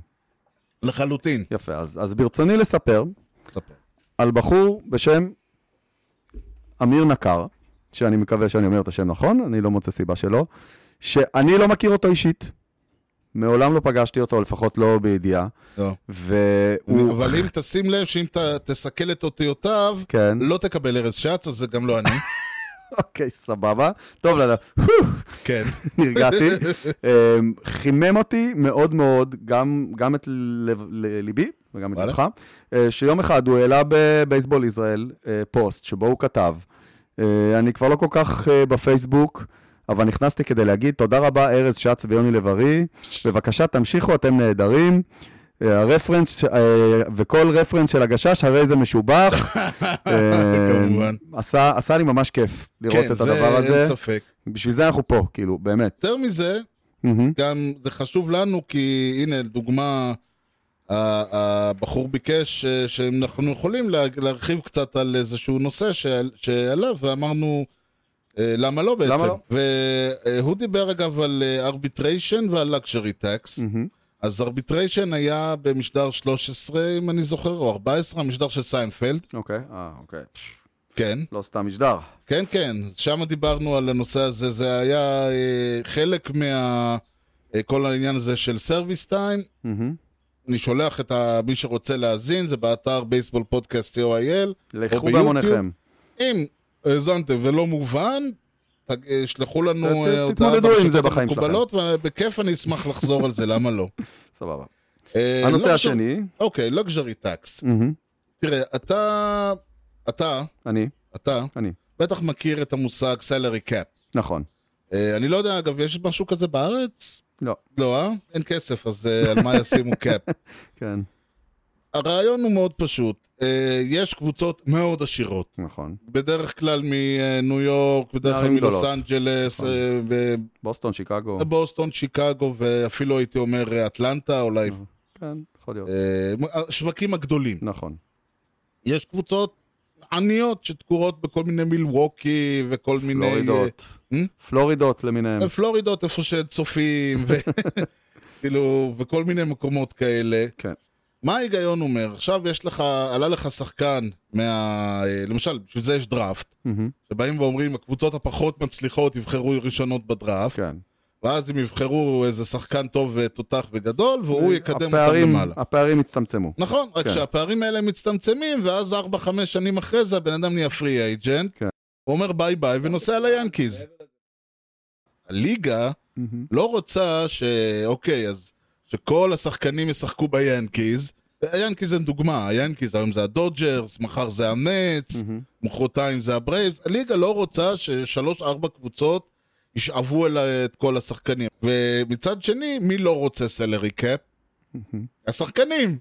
Speaker 1: לחלוטין.
Speaker 2: יפה, אז, אז ברצוני לספר
Speaker 1: תספר.
Speaker 2: על בחור בשם אמיר נקר, שאני מקווה שאני אומר את השם נכון, אני לא מוצא סיבה שלא, שאני לא מכיר אותו אישית. מעולם לא פגשתי אותו, לפחות לא בידיעה.
Speaker 1: לא.
Speaker 2: והוא...
Speaker 1: אבל אם תשים לב שאם ת- תסכל את אותיותיו,
Speaker 2: כן.
Speaker 1: לא תקבל ארז שץ, אז זה גם לא
Speaker 2: <laughs>
Speaker 1: אני.
Speaker 2: אוקיי, סבבה. טוב, לא, לא.
Speaker 1: כן.
Speaker 2: <laughs> נרגעתי. אמ, חימם אותי מאוד מאוד, גם, גם את לב, ל- ליבי וגם את
Speaker 1: וואלה.
Speaker 2: ליבך, אה, שיום אחד הוא העלה בבייסבול ישראל אה, פוסט שבו הוא כתב, אה, אני כבר לא כל כך אה, בפייסבוק, אבל נכנסתי כדי להגיד תודה רבה, ארז שץ ויוני לב-ארי, בבקשה תמשיכו, אתם נהדרים. אה, הרפרנס, ש- אה, וכל רפרנס של הגשש, הרי זה משובח. אה,
Speaker 1: <laughs> כמובן.
Speaker 2: עשה, עשה לי ממש כיף לראות
Speaker 1: כן,
Speaker 2: את
Speaker 1: זה
Speaker 2: הדבר הזה.
Speaker 1: אין ספק.
Speaker 2: בשביל זה אנחנו פה, כאילו, באמת.
Speaker 1: יותר מזה,
Speaker 2: מהמם.
Speaker 1: גם זה חשוב לנו, כי הנה, לדוגמה, ה- הבחור ביקש אה, שאנחנו יכולים לה- להרחיב קצת על איזשהו נושא שעל- שעליו, ואמרנו, אה, למה לא בעצם?
Speaker 2: לא?
Speaker 1: והוא דיבר אגב על ארביטריישן ועל לקשרי טקס.
Speaker 2: מהמם.
Speaker 1: אז ארביטריישן היה במשדר 13, אם אני זוכר, או 14, המשדר של סיינפלד.
Speaker 2: אוקיי, אה, אוקיי.
Speaker 1: כן,
Speaker 2: לא סתם משדר.
Speaker 1: כן, כן. שם דיברנו על הנושא הזה. זה היה אה, חלק מה... אה, כל העניין הזה של סרוויס טיים.
Speaker 2: מהמם.
Speaker 1: Mm-hmm. אני שולח את ה... מי שרוצה להאזין, זה באתר בייסבול פודקאסט co.il.
Speaker 2: לכו
Speaker 1: ביוטיוב.
Speaker 2: בהמוניכם.
Speaker 1: אם האזנתם ולא מובן, ת- אה, שלחו לנו
Speaker 2: ת-
Speaker 1: אה,
Speaker 2: תתמודדו עם זה
Speaker 1: ברשתות
Speaker 2: בחיים שלכם.
Speaker 1: המקובלות, ובכיף אני אשמח לחזור על זה, למה לא?
Speaker 2: סבבה.
Speaker 1: אה,
Speaker 2: <laughs> הנושא
Speaker 1: לא Mm-hmm. משנה.
Speaker 2: השני,
Speaker 1: אוקיי, לוגז'רי טקס.
Speaker 2: מהמם.
Speaker 1: תראה, אתה... אתה,
Speaker 2: אני,
Speaker 1: אתה,
Speaker 2: אני.
Speaker 1: בטח מכיר את המושג salary cap.
Speaker 2: נכון.
Speaker 1: אה, אני לא יודע, אגב, יש משהו כזה בארץ?
Speaker 2: לא.
Speaker 1: לא, אה? אין כסף, אז אה, על מה ישימו
Speaker 2: <laughs>
Speaker 1: cap?
Speaker 2: כן,
Speaker 1: הרעיון הוא מאוד פשוט. אה, יש קבוצות מאוד עשירות.
Speaker 2: נכון.
Speaker 1: בדרך כלל מניו יורק, בדרך כלל
Speaker 2: ערים
Speaker 1: מלוס
Speaker 2: גדולות. נכון.
Speaker 1: אנג'לס, אה,
Speaker 2: בוסטון, שיקגו.
Speaker 1: ובוסטון, שיקגו, ואפילו הייתי אומר אה, אטלנטה, אולי
Speaker 2: כן, יכול להיות.
Speaker 1: אה, השווקים הגדולים.
Speaker 2: נכון.
Speaker 1: יש קבוצות עניות שתקועות בכל מיני מילווקי וכל מיני... אה,
Speaker 2: פלורידות. פלורידות למיניהם.
Speaker 1: פלורידות איפה שאין צופים, ו...
Speaker 2: <laughs>
Speaker 1: כאילו, וכל מיני מקומות כאלה.
Speaker 2: כן.
Speaker 1: מה ההיגיון אומר? עכשיו יש לך, עלה לך שחקן מה... אה, למשל, בשביל זה יש דראפט,
Speaker 2: מהמם.
Speaker 1: שבאים ואומרים, הקבוצות הפחות מצליחות יבחרו ראשונות בדראפט,
Speaker 2: כן.
Speaker 1: ואז הם יבחרו איזה שחקן טוב ותותח וגדול, והוא יקדם אותם
Speaker 2: אה, הפערים-
Speaker 1: למעלה.
Speaker 2: הפערים הצטמצמו.
Speaker 1: נכון, רק
Speaker 2: כן.
Speaker 1: שהפערים האלה מצטמצמים, ואז 4-5 שנים אחרי זה הבן אדם נהיה פרי אייג'נט,
Speaker 2: כן.
Speaker 1: הוא אומר ביי ביי ונוסע ליאנקיז. הליגה
Speaker 2: מהמם.
Speaker 1: לא רוצה ש... אוקיי, אז שכל השחקנים ישחקו ביאנקיז. היאנקיז הם דוגמה, היאנקיז היום זה הדודג'רס, מחר זה המץ,
Speaker 2: מהמם.
Speaker 1: מחרתיים זה הברייבס. הליגה לא רוצה ששלוש-ארבע קבוצות ישאבו אליה את כל השחקנים. ומצד שני, מי לא רוצה סלרי קאפ? השחקנים.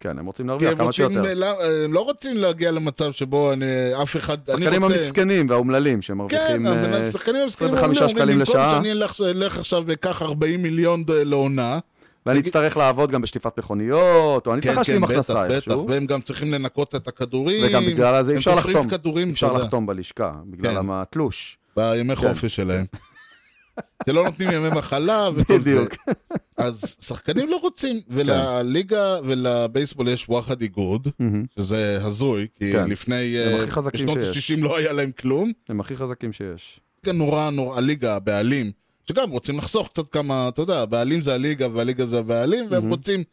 Speaker 2: כן, הם רוצים
Speaker 1: כי
Speaker 2: להרוויח
Speaker 1: הם
Speaker 2: כמה
Speaker 1: רוצים,
Speaker 2: שיותר.
Speaker 1: לא- הם לא רוצים להגיע למצב שבו אני, אף אחד, אני רוצה...
Speaker 2: השחקנים המסכנים והאומללים
Speaker 1: כן,
Speaker 2: שמרוויחים... אה,
Speaker 1: השחקנים המסכנים
Speaker 2: 25
Speaker 1: אומרים,
Speaker 2: שקלים
Speaker 1: אומרים, במקום
Speaker 2: לשעה.
Speaker 1: שאני אלך- אלך עכשיו ואקח 40 מיליון ד- לעונה,
Speaker 2: ואני אצטרך לעבוד גם בשטיפת מכוניות, או אני צריך להשלים הכנסה
Speaker 1: כן, בטח, בטח,
Speaker 2: איכשהו.
Speaker 1: והם גם צריכים לנקות את הכדורים.
Speaker 2: וגם בגלל זה אי אפשר
Speaker 1: הם תופרים
Speaker 2: לחתום.
Speaker 1: כדורים,
Speaker 2: אפשר
Speaker 1: אתה יודע,
Speaker 2: לחתום כן. בלשכה, בגלל
Speaker 1: כן.
Speaker 2: המ- התלוש.
Speaker 1: בימי חופש שלהם. <laughs> שלא נותנים ימי מחלה וכל זה.
Speaker 2: בדיוק. כן.
Speaker 1: אז שחקנים לא רוצים, ולליגה ולבייסבול יש וואחד איגוד,
Speaker 2: מהמם.
Speaker 1: שזה הזוי, כי
Speaker 2: כן.
Speaker 1: לפני...
Speaker 2: הם
Speaker 1: אה,
Speaker 2: הכי חזקים
Speaker 1: בשנות
Speaker 2: שיש.
Speaker 1: ה-60 לא היה להם כלום.
Speaker 2: הם הכי חזקים שיש.
Speaker 1: ליגה נורא נורא, הליגה, הבעלים, שגם רוצים לחסוך קצת כמה, אתה יודע, הבעלים זה הליגה והליגה זה הבעלים,
Speaker 2: Mhm.
Speaker 1: והם רוצים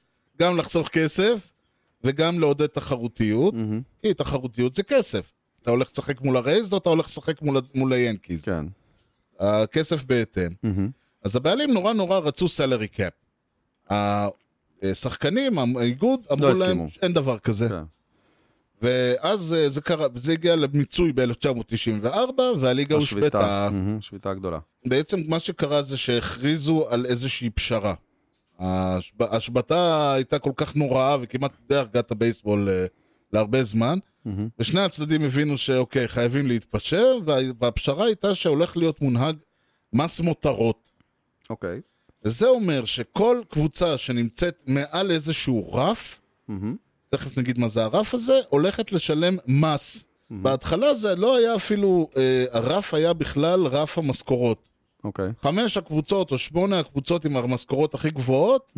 Speaker 1: גם לחסוך כסף וגם לעודד תחרותיות,
Speaker 2: מהמם.
Speaker 1: כי תחרותיות זה כסף. אתה הולך לשחק מול הרייז או אתה הולך לשחק מול, ה- מול היאנקיז.
Speaker 2: כן.
Speaker 1: הכסף בהתאם.
Speaker 2: מהמם.
Speaker 1: אז הבעלים נורא נורא רצו סלרי קאפ. השחקנים, האיגוד, אמרו
Speaker 2: לא
Speaker 1: להם
Speaker 2: הסכימו.
Speaker 1: שאין דבר כזה.
Speaker 2: כן.
Speaker 1: ואז אה, זה קרה, זה הגיע למיצוי ב-1994, והליגה הושבתה.
Speaker 2: השביתה. מהמם, שביתה גדולה.
Speaker 1: בעצם מה שקרה זה שהכריזו על איזושהי פשרה. ההשב- ההשבתה הייתה כל כך נוראה וכמעט די הרגה את הבייסבול אה, להרבה זמן,
Speaker 2: מהמם.
Speaker 1: ושני הצדדים הבינו שאוקיי, חייבים להתפשר, וה- והפשרה הייתה שהולך להיות מונהג מס מותרות.
Speaker 2: אוקיי.
Speaker 1: זה אומר שכל קבוצה שנמצאת מעל איזשהו רף, תכף נגיד מה זה הרף הזה, הולכת לשלם מס. בהתחלה זה לא היה אפילו, אה, הרף היה בכלל רף המשכורות.
Speaker 2: אוקיי.
Speaker 1: חמש הקבוצות או שמונה הקבוצות עם המשכורות הכי גבוהות,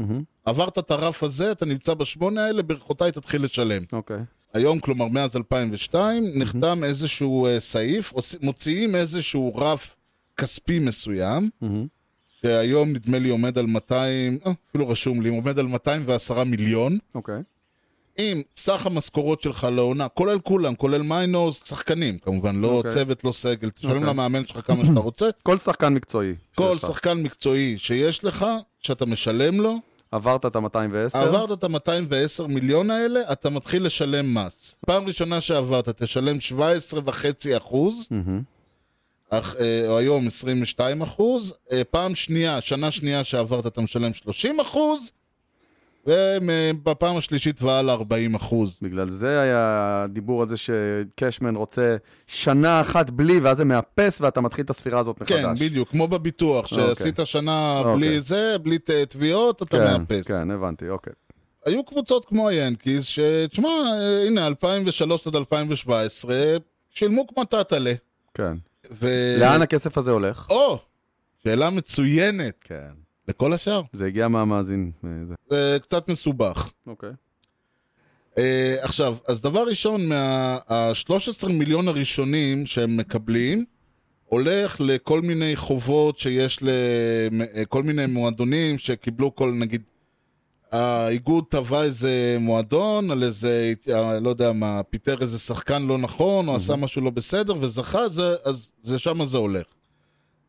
Speaker 1: עברת את הרף הזה, אתה נמצא בשמונה האלה, ברכותיי תתחיל לשלם.
Speaker 2: אוקיי.
Speaker 1: היום, כלומר מאז 2002, נחתם איזשהו אה, סעיף, עוש- מוציאים איזשהו רף כספי מסוים, שהיום נדמה לי עומד על 200, אה, אפילו רשום לי, עומד על 210 מיליון.
Speaker 2: אוקיי.
Speaker 1: אם סך המשכורות שלך לעונה, כולל כולם, כולל מיינורס, שחקנים כמובן, לא
Speaker 2: אוקיי.
Speaker 1: צוות, לא סגל, תשלם
Speaker 2: אוקיי.
Speaker 1: למאמן שלך כמה שאתה רוצה,
Speaker 2: כל שחקן מקצועי.
Speaker 1: כל
Speaker 2: שיש לך.
Speaker 1: שחקן מקצועי שיש לך, שאתה משלם לו,
Speaker 2: עברת את ה-210?
Speaker 1: עברת את ה-210 מיליון האלה, אתה מתחיל לשלם מס. פעם ראשונה שעברת, תשלם 17.5 אחוז,
Speaker 2: Mm-hmm.
Speaker 1: אך, אה, או היום 22 אחוז, אה, פעם שנייה, שנה שנייה שעברת, אתה משלם 30 אחוז, ובפעם השלישית והלאה 40 אחוז.
Speaker 2: בגלל זה היה הדיבור הזה שקשמן רוצה שנה אחת בלי, ואז זה מאפס ואתה מתחיל את הספירה הזאת מחדש.
Speaker 1: כן, בדיוק, כמו בביטוח, שעשית שנה
Speaker 2: אוקיי.
Speaker 1: בלי זה, בלי ת- תביעות, אתה
Speaker 2: כן,
Speaker 1: מאפס.
Speaker 2: כן, הבנתי, אוקיי.
Speaker 1: היו קבוצות כמו היאנקיז, שתשמע, אה, הנה, 2003 עד 2017, שילמו כמו טאטלה.
Speaker 2: כן.
Speaker 1: ו...
Speaker 2: לאן הכסף הזה הולך?
Speaker 1: אה, או! שאלה מצוינת
Speaker 2: כן.
Speaker 1: לכל השאר.
Speaker 2: זה הגיע מהמאזין. אה, זה.
Speaker 1: זה קצת מסובך.
Speaker 2: אוקיי.
Speaker 1: אה, עכשיו, אז דבר ראשון, מה-13 מיליון הראשונים שהם מקבלים, הולך לכל מיני חובות שיש לכל מיני מועדונים שקיבלו כל, נגיד, האיגוד תבע איזה מועדון על איזה, אה, לא יודע מה, פיטר איזה שחקן לא נכון, או עשה משהו לא בסדר, וזכה, זה, אז זה שמה זה הולך.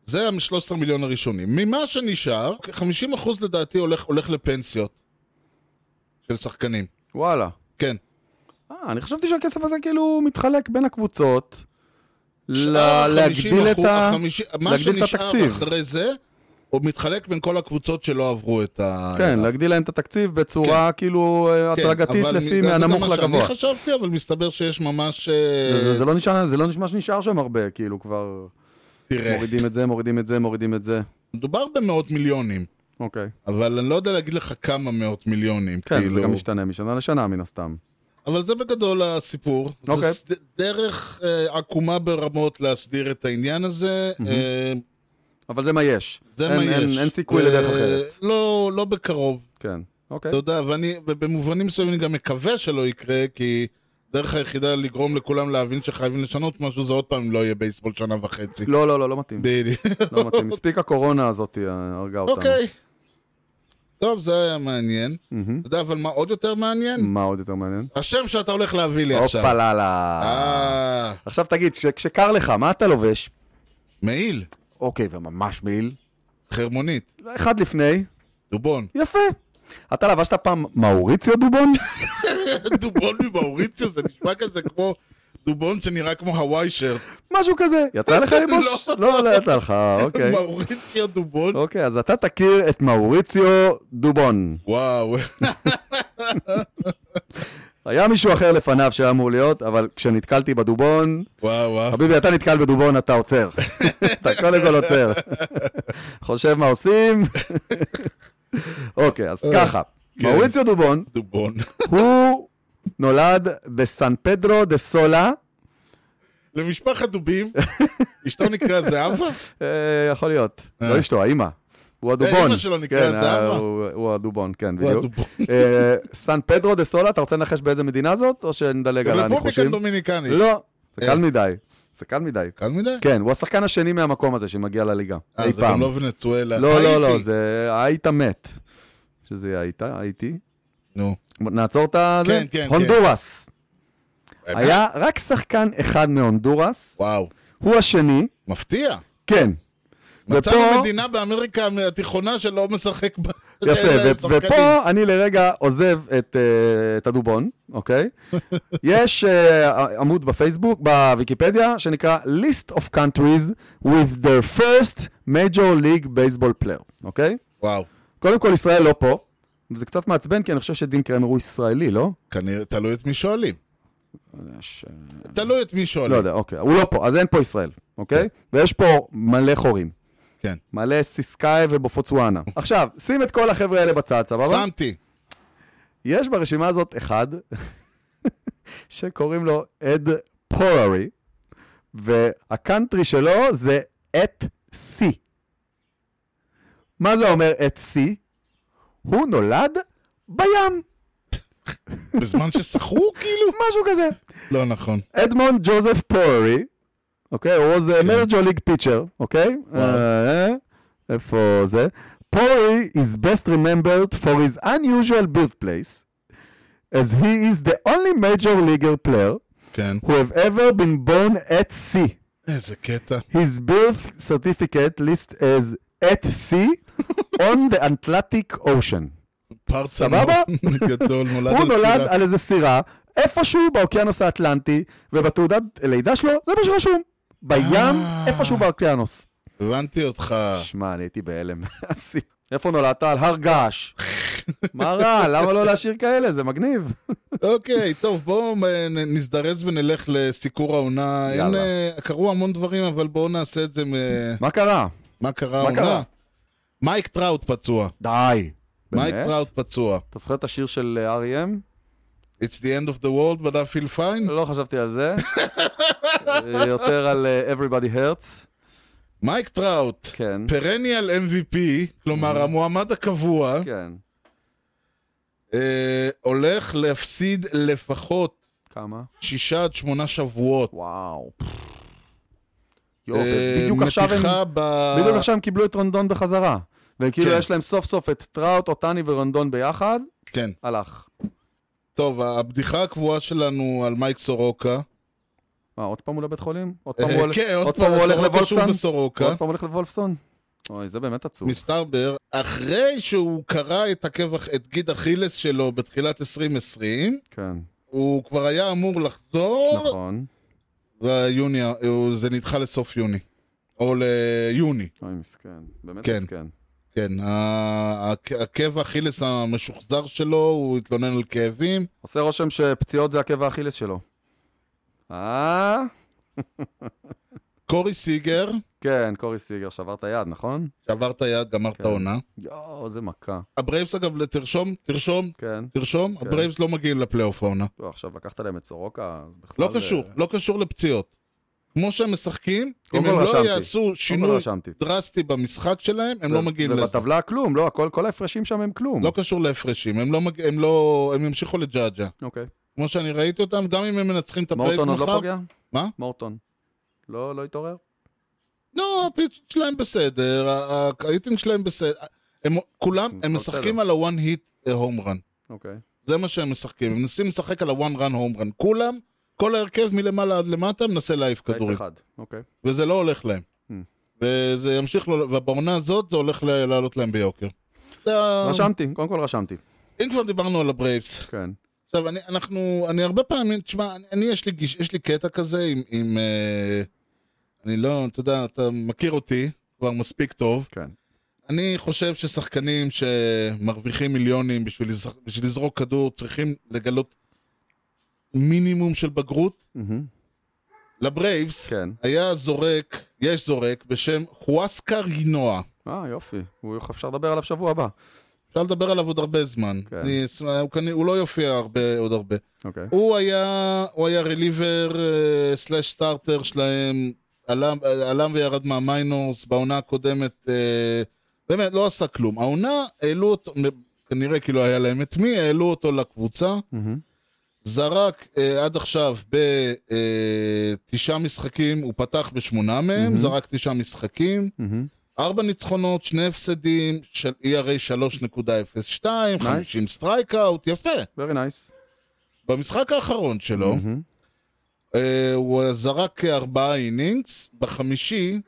Speaker 1: זה ה-13 מיליון הראשונים. ממה שנשאר, 50% לדעתי הולך, הולך לפנסיות של שחקנים.
Speaker 2: וואלה.
Speaker 1: כן.
Speaker 2: אה, אני חשבתי שהכסף הזה כאילו מתחלק בין הקבוצות.
Speaker 1: שאר
Speaker 2: ל- לא, להגדיל את
Speaker 1: אה,
Speaker 2: ה...
Speaker 1: ה-50% מה
Speaker 2: להגדיל את
Speaker 1: שנשאר
Speaker 2: התקציב.
Speaker 1: אחרי זה, הוא מתחלק בין כל הקבוצות שלא עברו את ה...
Speaker 2: כן,
Speaker 1: את ה-
Speaker 2: להגדיל להם את התקציב בצורה כאילו אה,
Speaker 1: כן,
Speaker 2: הדרגתית
Speaker 1: אבל
Speaker 2: לפי
Speaker 1: מ- זה גם
Speaker 2: מהנמוך
Speaker 1: מה שאני
Speaker 2: לגבוה.
Speaker 1: חשבתי, אבל מסתבר שיש ממש... אה,
Speaker 2: זה- זה- זה לא נשאר- זה לא נשמע שנשאר שם הרבה, כאילו כבר
Speaker 1: תראה,
Speaker 2: מורידים את זה, מורידים את זה, מורידים את זה.
Speaker 1: מדובר במאות מיליונים,
Speaker 2: אוקיי.
Speaker 1: אבל אני לא יודע להגיד לך כמה מאות מיליונים,
Speaker 2: כן, זה
Speaker 1: כאילו.
Speaker 2: גם משתנה משנה לשנה מן הסתם.
Speaker 1: אבל זה בגדול הסיפור.
Speaker 2: אוקיי.
Speaker 1: זה ס- דרך אה, עקומה ברמות להסדיר את העניין הזה. אה,
Speaker 2: אבל זה מה יש.
Speaker 1: זה
Speaker 2: אין-
Speaker 1: מה
Speaker 2: אין-
Speaker 1: יש.
Speaker 2: אין סיכוי
Speaker 1: אה,
Speaker 2: לדרך אחרת.
Speaker 1: לא, לא בקרוב.
Speaker 2: כן. אוקיי.
Speaker 1: אתה יודע, ואני במובנים מסוימים אני גם מקווה שלא יקרה, כי דרך היחידה לגרום לכולם להבין שחייבים לשנות משהו, זה עוד פעם אם לא יהיה בייסבול שנה וחצי.
Speaker 2: לא, לא, לא, לא מתאים.
Speaker 1: בדיוק.
Speaker 2: לא מתאים. מספיק הקורונה הזאת אה, הרגה אותנו. <laughs>
Speaker 1: אוקיי. טוב, זה היה מעניין. אתה יודע, אבל מה עוד יותר מעניין?
Speaker 2: מה עוד יותר מעניין?
Speaker 1: השם שאתה הולך להביא לי
Speaker 2: הופה
Speaker 1: אוקיי, עכשיו.
Speaker 2: לאללה.
Speaker 1: אה,
Speaker 2: עכשיו תגיד, כש- כשקר לך, מה אתה לובש?
Speaker 1: מעיל,
Speaker 2: אוקיי, וממש מעיל.
Speaker 1: חרמונית,
Speaker 2: אחד לפני, <laughs>
Speaker 1: דובון.
Speaker 2: יפה. אתה לבשת פעם מאוריציו דובון?
Speaker 1: דובון ממאוריציו, זה נשמע כזה כמו דובון שנראה כמו הוואי שרט.
Speaker 2: משהו כזה. יצא לך ללבוש? לא, לא יצא לך,
Speaker 1: <laughs>
Speaker 2: אוקיי.
Speaker 1: מאוריציו דובון.
Speaker 2: אוקיי, אז אתה תכיר את מאוריציו דובון.
Speaker 1: וואו.
Speaker 2: היה מישהו אחר לפניו שהיה אמור להיות, אבל כשנתקלתי בדובון,
Speaker 1: וואו, וואו.
Speaker 2: חביבי, אתה נתקל בדובון, אתה עוצר. אתה קודם כל עוצר. חושב מה עושים. אוקיי, אז ככה.
Speaker 1: כן.
Speaker 2: מאוריציו דובון,
Speaker 1: דובון. <laughs>
Speaker 2: הוא נולד בסן פדרו דה סולה.
Speaker 1: למשפחת
Speaker 2: <laughs>
Speaker 1: דובים, אשתו נקראה זהבה?
Speaker 2: אה, יכול להיות.
Speaker 1: אה.
Speaker 2: לא אשתו, האימא. הוא הדובון.
Speaker 1: אמא שלו נקראת
Speaker 2: כן,
Speaker 1: זהבה?
Speaker 2: הוא- הוא הדובון, כן,
Speaker 1: הוא
Speaker 2: בדיוק.
Speaker 1: הדובון.
Speaker 2: אה, סן פדרו דה סולה, אתה רוצה לנחש באיזה מדינה זאת, או שנדלג על
Speaker 1: רפובליקן
Speaker 2: הניחושים?
Speaker 1: דומיניקני.
Speaker 2: לא,
Speaker 1: אה.
Speaker 2: זה קל מדי. זה קל מדי.
Speaker 1: קל מדי?
Speaker 2: כן, הוא השחקן השני מהמקום הזה שמגיע לליגה.
Speaker 1: אה,
Speaker 2: אי
Speaker 1: זה גם
Speaker 2: פעם.
Speaker 1: לא ונצואלה.
Speaker 2: לא, לא, לא,
Speaker 1: האיטי.
Speaker 2: זה היית מת. שזה יהיה היית, הייתי.
Speaker 1: נו.
Speaker 2: נעצור את ה...
Speaker 1: כן,
Speaker 2: זה?
Speaker 1: כן, כן.
Speaker 2: הונדורס.
Speaker 1: באמת?
Speaker 2: היה רק שחקן אחד מהונדורס,
Speaker 1: וואו,
Speaker 2: הוא השני,
Speaker 1: מפתיע.
Speaker 2: כן.
Speaker 1: מצאנו
Speaker 2: ופה-
Speaker 1: מדינה באמריקה התיכונה שלא משחק בה. <laughs>
Speaker 2: יפה,
Speaker 1: שאין להם
Speaker 2: ו-
Speaker 1: שחקנים.
Speaker 2: ופה אני לרגע עוזב את, אה, את הדובון,
Speaker 1: <laughs>
Speaker 2: אוקיי? יש אה, עמוד בפייסבוק, בוויקיפדיה, שנקרא List of countries with their first major league baseball player, אוקיי?
Speaker 1: וואו,
Speaker 2: קודם כל, ישראל לא פה. זה קצת מעצבן, כי אני חושב שדין קרמר הוא ישראלי, לא?
Speaker 1: כנראה, תלוי את מי שואלים.
Speaker 2: ש...
Speaker 1: תלוי את מי
Speaker 2: לא
Speaker 1: שואלים.
Speaker 2: יודע, אוקיי. הוא לא פה, אז אין פה ישראל, אוקיי? ויש פה מלא חורים.
Speaker 1: כן.
Speaker 2: מלא סיסקאי
Speaker 1: <laughs>
Speaker 2: ובופוצואנה. עכשיו, שים את כל החבר'ה האלה בצד, סבבה?
Speaker 1: שמתי.
Speaker 2: יש ברשימה הזאת אחד <laughs> שקוראים לו אד פוררי, והקאנטרי שלו זה את C. מה זה אומר את C? הוא נולד בים,
Speaker 1: בזמן שסחרו <laughs> כאילו?
Speaker 2: משהו כזה.
Speaker 1: לא נכון.
Speaker 2: אדמונד ג'וזף פוררי, אוקיי? הוא was a major league pitcher, uh, eh, אוקיי? אה, איפה זה? פוררי is best remembered for his unusual birthplace, as he is the only major leaguer player
Speaker 1: כן.
Speaker 2: who have ever been born at sea.
Speaker 1: איזה קטע.
Speaker 2: His birth certificate lists as at sea on the Atlantic Ocean.
Speaker 1: פרצה
Speaker 2: סבבה?
Speaker 1: <laughs> גדול, נולד
Speaker 2: הוא
Speaker 1: על
Speaker 2: נולד
Speaker 1: סירה.
Speaker 2: על איזה סירה, איפשהו באוקיינוס האטלנטי, ובתעודת לידה שלו, זה מה שרשום. בים,
Speaker 1: אה.
Speaker 2: איפשהו באוקיינוס.
Speaker 1: הבנתי אותך.
Speaker 2: שמע, אני הייתי בהלם. <laughs> איפה נולדת? על הר
Speaker 1: <laughs>
Speaker 2: געש. מה רע? למה לא להשאיר כאלה? זה מגניב.
Speaker 1: אוקיי, טוב, בואו אה, נ- נזדרז ונלך לסיקור העונה. אין,
Speaker 2: יאללה.
Speaker 1: אה, קרו המון דברים, אבל בואו נעשה את זה מ...
Speaker 2: מה קרה?
Speaker 1: מה קרה
Speaker 2: מה
Speaker 1: העונה.
Speaker 2: קרה?
Speaker 1: מייק טראוט פצוע.
Speaker 2: די.
Speaker 1: מייק
Speaker 2: באמת?
Speaker 1: טראוט פצוע.
Speaker 2: אתה זוכר את השיר של אה, R.E.M?
Speaker 1: It's the end of the world, but I feel fine.
Speaker 2: לא חשבתי על
Speaker 1: <laughs>
Speaker 2: זה. אה, יותר על אה, Everybody Hurts.
Speaker 1: מייק טראוט,
Speaker 2: כן. Mhm.
Speaker 1: פרניאל MVP, כלומר המועמד הקבוע,
Speaker 2: כן.
Speaker 1: אה, הולך להפסיד לפחות
Speaker 2: כמה?
Speaker 1: שישה עד שמונה שבועות.
Speaker 2: וואו. יופי,
Speaker 1: אה,
Speaker 2: בדיוק לא, עכשיו הם...
Speaker 1: מתיחה ב...
Speaker 2: בדיוק עכשיו הם קיבלו את רונדון בחזרה. וכאילו
Speaker 1: כן.
Speaker 2: יש להם סוף סוף את טראוט, אותני ורונדון ביחד,
Speaker 1: כן.
Speaker 2: הלך.
Speaker 1: טוב, הבדיחה הקבועה שלנו על מייק סורוקה.
Speaker 2: מה, עוד פעם הוא לבית חולים? עוד פעם
Speaker 1: אה,
Speaker 2: הוא הולך-
Speaker 1: כן, עוד
Speaker 2: עוד
Speaker 1: פעם
Speaker 2: פעם הוא הולך
Speaker 1: סורוקה שוב
Speaker 2: לוולפסון?
Speaker 1: בסורוקה.
Speaker 2: עוד פעם הוא הולך לוולפסון? אוי, זה באמת עצוב.
Speaker 1: מסתבר, אחרי שהוא קרע את הכבח, את גיד אכילס שלו בתחילת 2020,
Speaker 2: כן,
Speaker 1: הוא כבר היה אמור לחזור,
Speaker 2: נכון.
Speaker 1: ויוני, הוא- זה נדחה לסוף יוני. או ליוני,
Speaker 2: אוי, מסכן. באמת
Speaker 1: כן.
Speaker 2: מסכן.
Speaker 1: כן. ה- הכ- עקב האכילס המשוחזר שלו, הוא התלונן על כאבים.
Speaker 2: עושה רושם שפציעות זה עקב האכילס שלו. אה?
Speaker 1: קורי סיגר,
Speaker 2: כן, קורי סיגר שבר את היד, נכון?
Speaker 1: שעבר את היד, גמר את
Speaker 2: כן.
Speaker 1: העונה.
Speaker 2: יואו, זה מכה.
Speaker 1: הברייבס אגב, תרשום, תרשום,
Speaker 2: כן.
Speaker 1: תרשום, הברייבס לא מגיעים לפלייאוף העונה.
Speaker 2: לא, עכשיו לקחת להם את סורוקה, אז בכלל...
Speaker 1: לא קשור,
Speaker 2: אה,
Speaker 1: לא קשור לפציעות. כמו שהם משחקים, אם
Speaker 2: קודם
Speaker 1: הם
Speaker 2: כל
Speaker 1: לא
Speaker 2: רשמתי.
Speaker 1: יעשו
Speaker 2: כל
Speaker 1: שינוי
Speaker 2: רשמתי.
Speaker 1: דרסטי במשחק שלהם, הם לא
Speaker 2: ו-
Speaker 1: מגיעים לזה.
Speaker 2: ובטבלה כלום, לא, הכל, כל ההפרשים שם הם כלום.
Speaker 1: לא קשור להפרשים, הם לא מג- הם לא... הם ימשיכו לג'אג'ה.
Speaker 2: אוקיי.
Speaker 1: כמו שאני ראיתי אותם, גם אם הם מנצחים את הפרק
Speaker 2: מורטון עוד לא
Speaker 1: מחר...
Speaker 2: פוגע?
Speaker 1: מה?
Speaker 2: מורטון. לא, לא התעורר?
Speaker 1: לא, הפיצ' שלהם בסדר, ה- ה- האיטינג שלהם בסדר. הם כולם,
Speaker 2: הכל
Speaker 1: הם משחקים
Speaker 2: בסדר.
Speaker 1: על הוואן היט הום רן.
Speaker 2: אוקיי.
Speaker 1: זה מה שהם משחקים, הם מנסים לשחק על הוואן רן הום רן. כולם, כל ההרכב מלמעלה עד למטה מנסה להעיף
Speaker 2: כדורים.
Speaker 1: כדורים.
Speaker 2: אחד, אוקיי.
Speaker 1: וזה לא הולך להם.
Speaker 2: Hmm.
Speaker 1: וזה ימשיך, לו- ובעונה הזאת זה הולך ל- לעלות להם ביוקר. זה ה-
Speaker 2: רשמתי, קודם כל רשמתי.
Speaker 1: אם כבר דיברנו על הברייבס,
Speaker 2: כן.
Speaker 1: עכשיו אני, אנחנו, אני הרבה פעמים, תשמע, אני, אני יש, לי, גיש- יש לי קטע כזה עם, עם אה, אני לא, אתה יודע, אתה מכיר אותי כבר מספיק טוב.
Speaker 2: כן.
Speaker 1: אני חושב ששחקנים שמרוויחים מיליונים בשביל, לז... בשביל לזרוק כדור צריכים לגלות מינימום של בגרות.
Speaker 2: מהמם.
Speaker 1: לברייבס
Speaker 2: כן.
Speaker 1: היה זורק, יש זורק, בשם חואסקה רינוע.
Speaker 2: אה, יופי. הוא, אפשר לדבר עליו שבוע הבא.
Speaker 1: אפשר לדבר עליו עוד הרבה זמן.
Speaker 2: כן.
Speaker 1: אני אשמח- הוא, כנראה- הוא לא יופיע הרבה, עוד הרבה.
Speaker 2: אוקיי.
Speaker 1: הוא היה, הוא היה רליבר אה, סלאש סטארטר שלהם, עלה- אה, עלם וירד מהמיינורס בעונה הקודמת, אה, באמת, לא עשה כלום. העונה, העלו אותו, כנראה כי לא היה להם את מי, העלו אותו לקבוצה.
Speaker 2: מהמם.
Speaker 1: זרק אה, עד עכשיו בתשעה משחקים, הוא פתח בשמונה מהם, זרק תשעה משחקים.
Speaker 2: מהמם.
Speaker 1: ארבע ניצחונות, שני הפסדים, של ERA 3.02, 50 סטרייקאוט, יפה.
Speaker 2: Very nice.
Speaker 1: במשחק האחרון שלו,
Speaker 2: מהמם.
Speaker 1: אה, הוא זרק ארבעה אינינגס, בחמישי,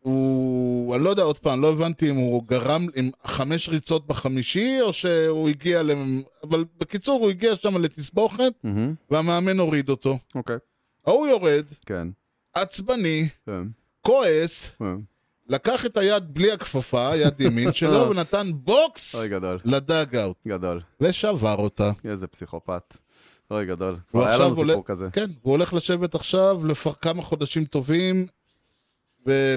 Speaker 1: הוא, אני לא יודע, עוד פעם, לא הבנתי אם הוא גרם עם חמש ריצות בחמישי, או שהוא הגיע ל... אבל בקיצור, הוא הגיע שם לתסבוכת,
Speaker 2: מהמם.
Speaker 1: והמאמן הוריד אותו.
Speaker 2: אוקיי.
Speaker 1: ההוא יורד,
Speaker 2: כן.
Speaker 1: עצבני,
Speaker 2: כן.
Speaker 1: כועס,
Speaker 2: כן.
Speaker 1: לקח את היד בלי הכפפה, יד ימין שלו, ונתן בוקס
Speaker 2: אוי, גדול.
Speaker 1: לדאגאוט,
Speaker 2: גדול.
Speaker 1: ושבר אותה.
Speaker 2: איזה פסיכופת. אוי, גדול. כבר
Speaker 1: והוא
Speaker 2: היה
Speaker 1: עכשיו
Speaker 2: לנו
Speaker 1: עולה-
Speaker 2: סיפור כזה.
Speaker 1: כן, הוא הולך לשבת עכשיו לכמה חודשים טובים, ו...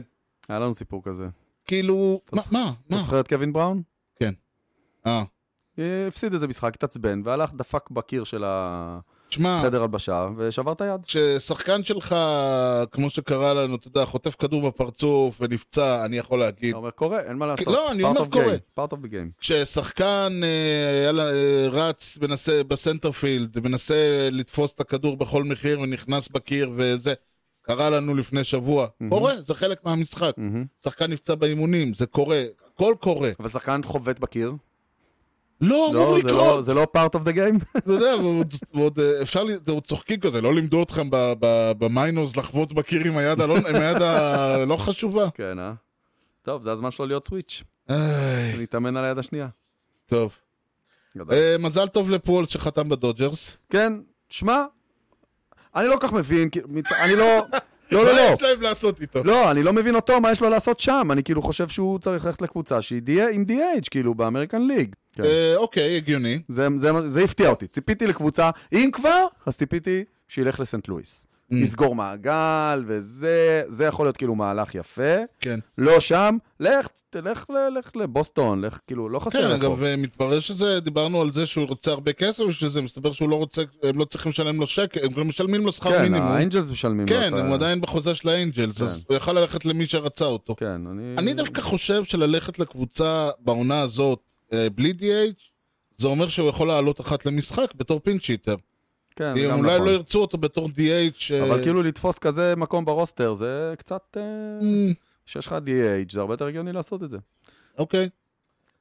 Speaker 2: היה לנו סיפור כזה.
Speaker 1: כאילו, מה, מה,
Speaker 2: אתה
Speaker 1: מה?
Speaker 2: זוכר את קווין בראון?
Speaker 1: כן. אה,
Speaker 2: אה, הפסיד איזה משחק, התעצבן, והלך, דפק בקיר של החדר
Speaker 1: תשמע,
Speaker 2: הלבשה, ושבר את היד.
Speaker 1: כששחקן שלך, כמו שקרה לנו, אתה יודע, חוטף כדור בפרצוף ונפצע, אני יכול להגיד.
Speaker 2: אתה אומר, קורה, אין מה לעשות.
Speaker 1: לא, אני
Speaker 2: Part
Speaker 1: אומר,
Speaker 2: of
Speaker 1: קורה.
Speaker 2: game, part of the game.
Speaker 1: כששחקן אה, יאללה, אה, רץ מנסה, בסנטרפילד, מנסה לתפוס את הכדור בכל מחיר ונכנס בקיר וזה, קרה לנו לפני שבוע. קורה, זה חלק מהמשחק.
Speaker 2: מהמם.
Speaker 1: שחקן נפצע באימונים, זה קורה, הכל קורה.
Speaker 2: אבל שחקן חובט בקיר.
Speaker 1: לא אמור
Speaker 2: לא, זה לא-
Speaker 1: לקרות.
Speaker 2: זה לא part of the
Speaker 1: <laughs>
Speaker 2: game?
Speaker 1: אתה יודע, ועוד- ועוד אה, אפשר, ל- זה עוד צוחקים כזה, לא לימדו אתכם ב- ב- במיינוז לחבוט בקיר עם היד הלא- עם היד הלא חשובה.
Speaker 2: כן, אה? טוב, זה הזמן שלו להיות סוויץ'.
Speaker 1: איי,
Speaker 2: להתאמן על היד השנייה.
Speaker 1: טוב.
Speaker 2: גדול.
Speaker 1: אה, מזל טוב לפול שחתם בדודג'רס.
Speaker 2: כן, שמע, אני לא כל כך מבין, כאילו, מצ- אני
Speaker 1: <laughs>
Speaker 2: לא... לא, לא,
Speaker 1: מה
Speaker 2: לא.
Speaker 1: יש להם לעשות איתו?
Speaker 2: לא, אני לא מבין אותו, מה יש לו לעשות שם? אני כאילו חושב שהוא צריך ללכת לקבוצה שהיא DA עם DH, כאילו, באמריקן ליג. כן.
Speaker 1: אה, אוקיי, הגיוני.
Speaker 2: זה, זה, מה- זה הפתיע אותי. ציפיתי לקבוצה, אם כבר, אז ציפיתי שילך לסנט לואיס.
Speaker 1: Mm.
Speaker 2: נסגור מעגל וזה, זה יכול להיות כאילו מהלך יפה.
Speaker 1: כן.
Speaker 2: לא שם, לך, תלך ל- לך לבוסטון, לך, כאילו, לא
Speaker 1: כן,
Speaker 2: חסר לך.
Speaker 1: אגב, אה, מתברר שזה, דיברנו על זה שהוא רוצה הרבה כסף בשביל זה, מסתבר שהוא לא רוצה, הם לא צריכים לשלם לו שקל, הם גם משלמים לו שכר
Speaker 2: כן, לא
Speaker 1: מינימום.
Speaker 2: האנג'לס משלמים לו
Speaker 1: כן,
Speaker 2: את ה-
Speaker 1: הם עדיין בחוזה של האנג'לס, אז הוא יכל ללכת למי שרצה אותו.
Speaker 2: כן, אני...
Speaker 1: אני דווקא חושב שללכת לקבוצה בעונה הזאת אה, בלי DH, זה אומר שהוא יכול לעלות אחת למשחק בתור פינצ'יטר.
Speaker 2: כן, זה
Speaker 1: כי
Speaker 2: גם
Speaker 1: הם אולי
Speaker 2: נכון.
Speaker 1: לא ירצו אותו בתור DH. אה,
Speaker 2: אבל כאילו לתפוס כזה מקום ברוסטר, זה קצת... אה,
Speaker 1: אמ,
Speaker 2: שיש לך DH, זה הרבה יותר הגיוני לעשות את זה.
Speaker 1: אוקיי.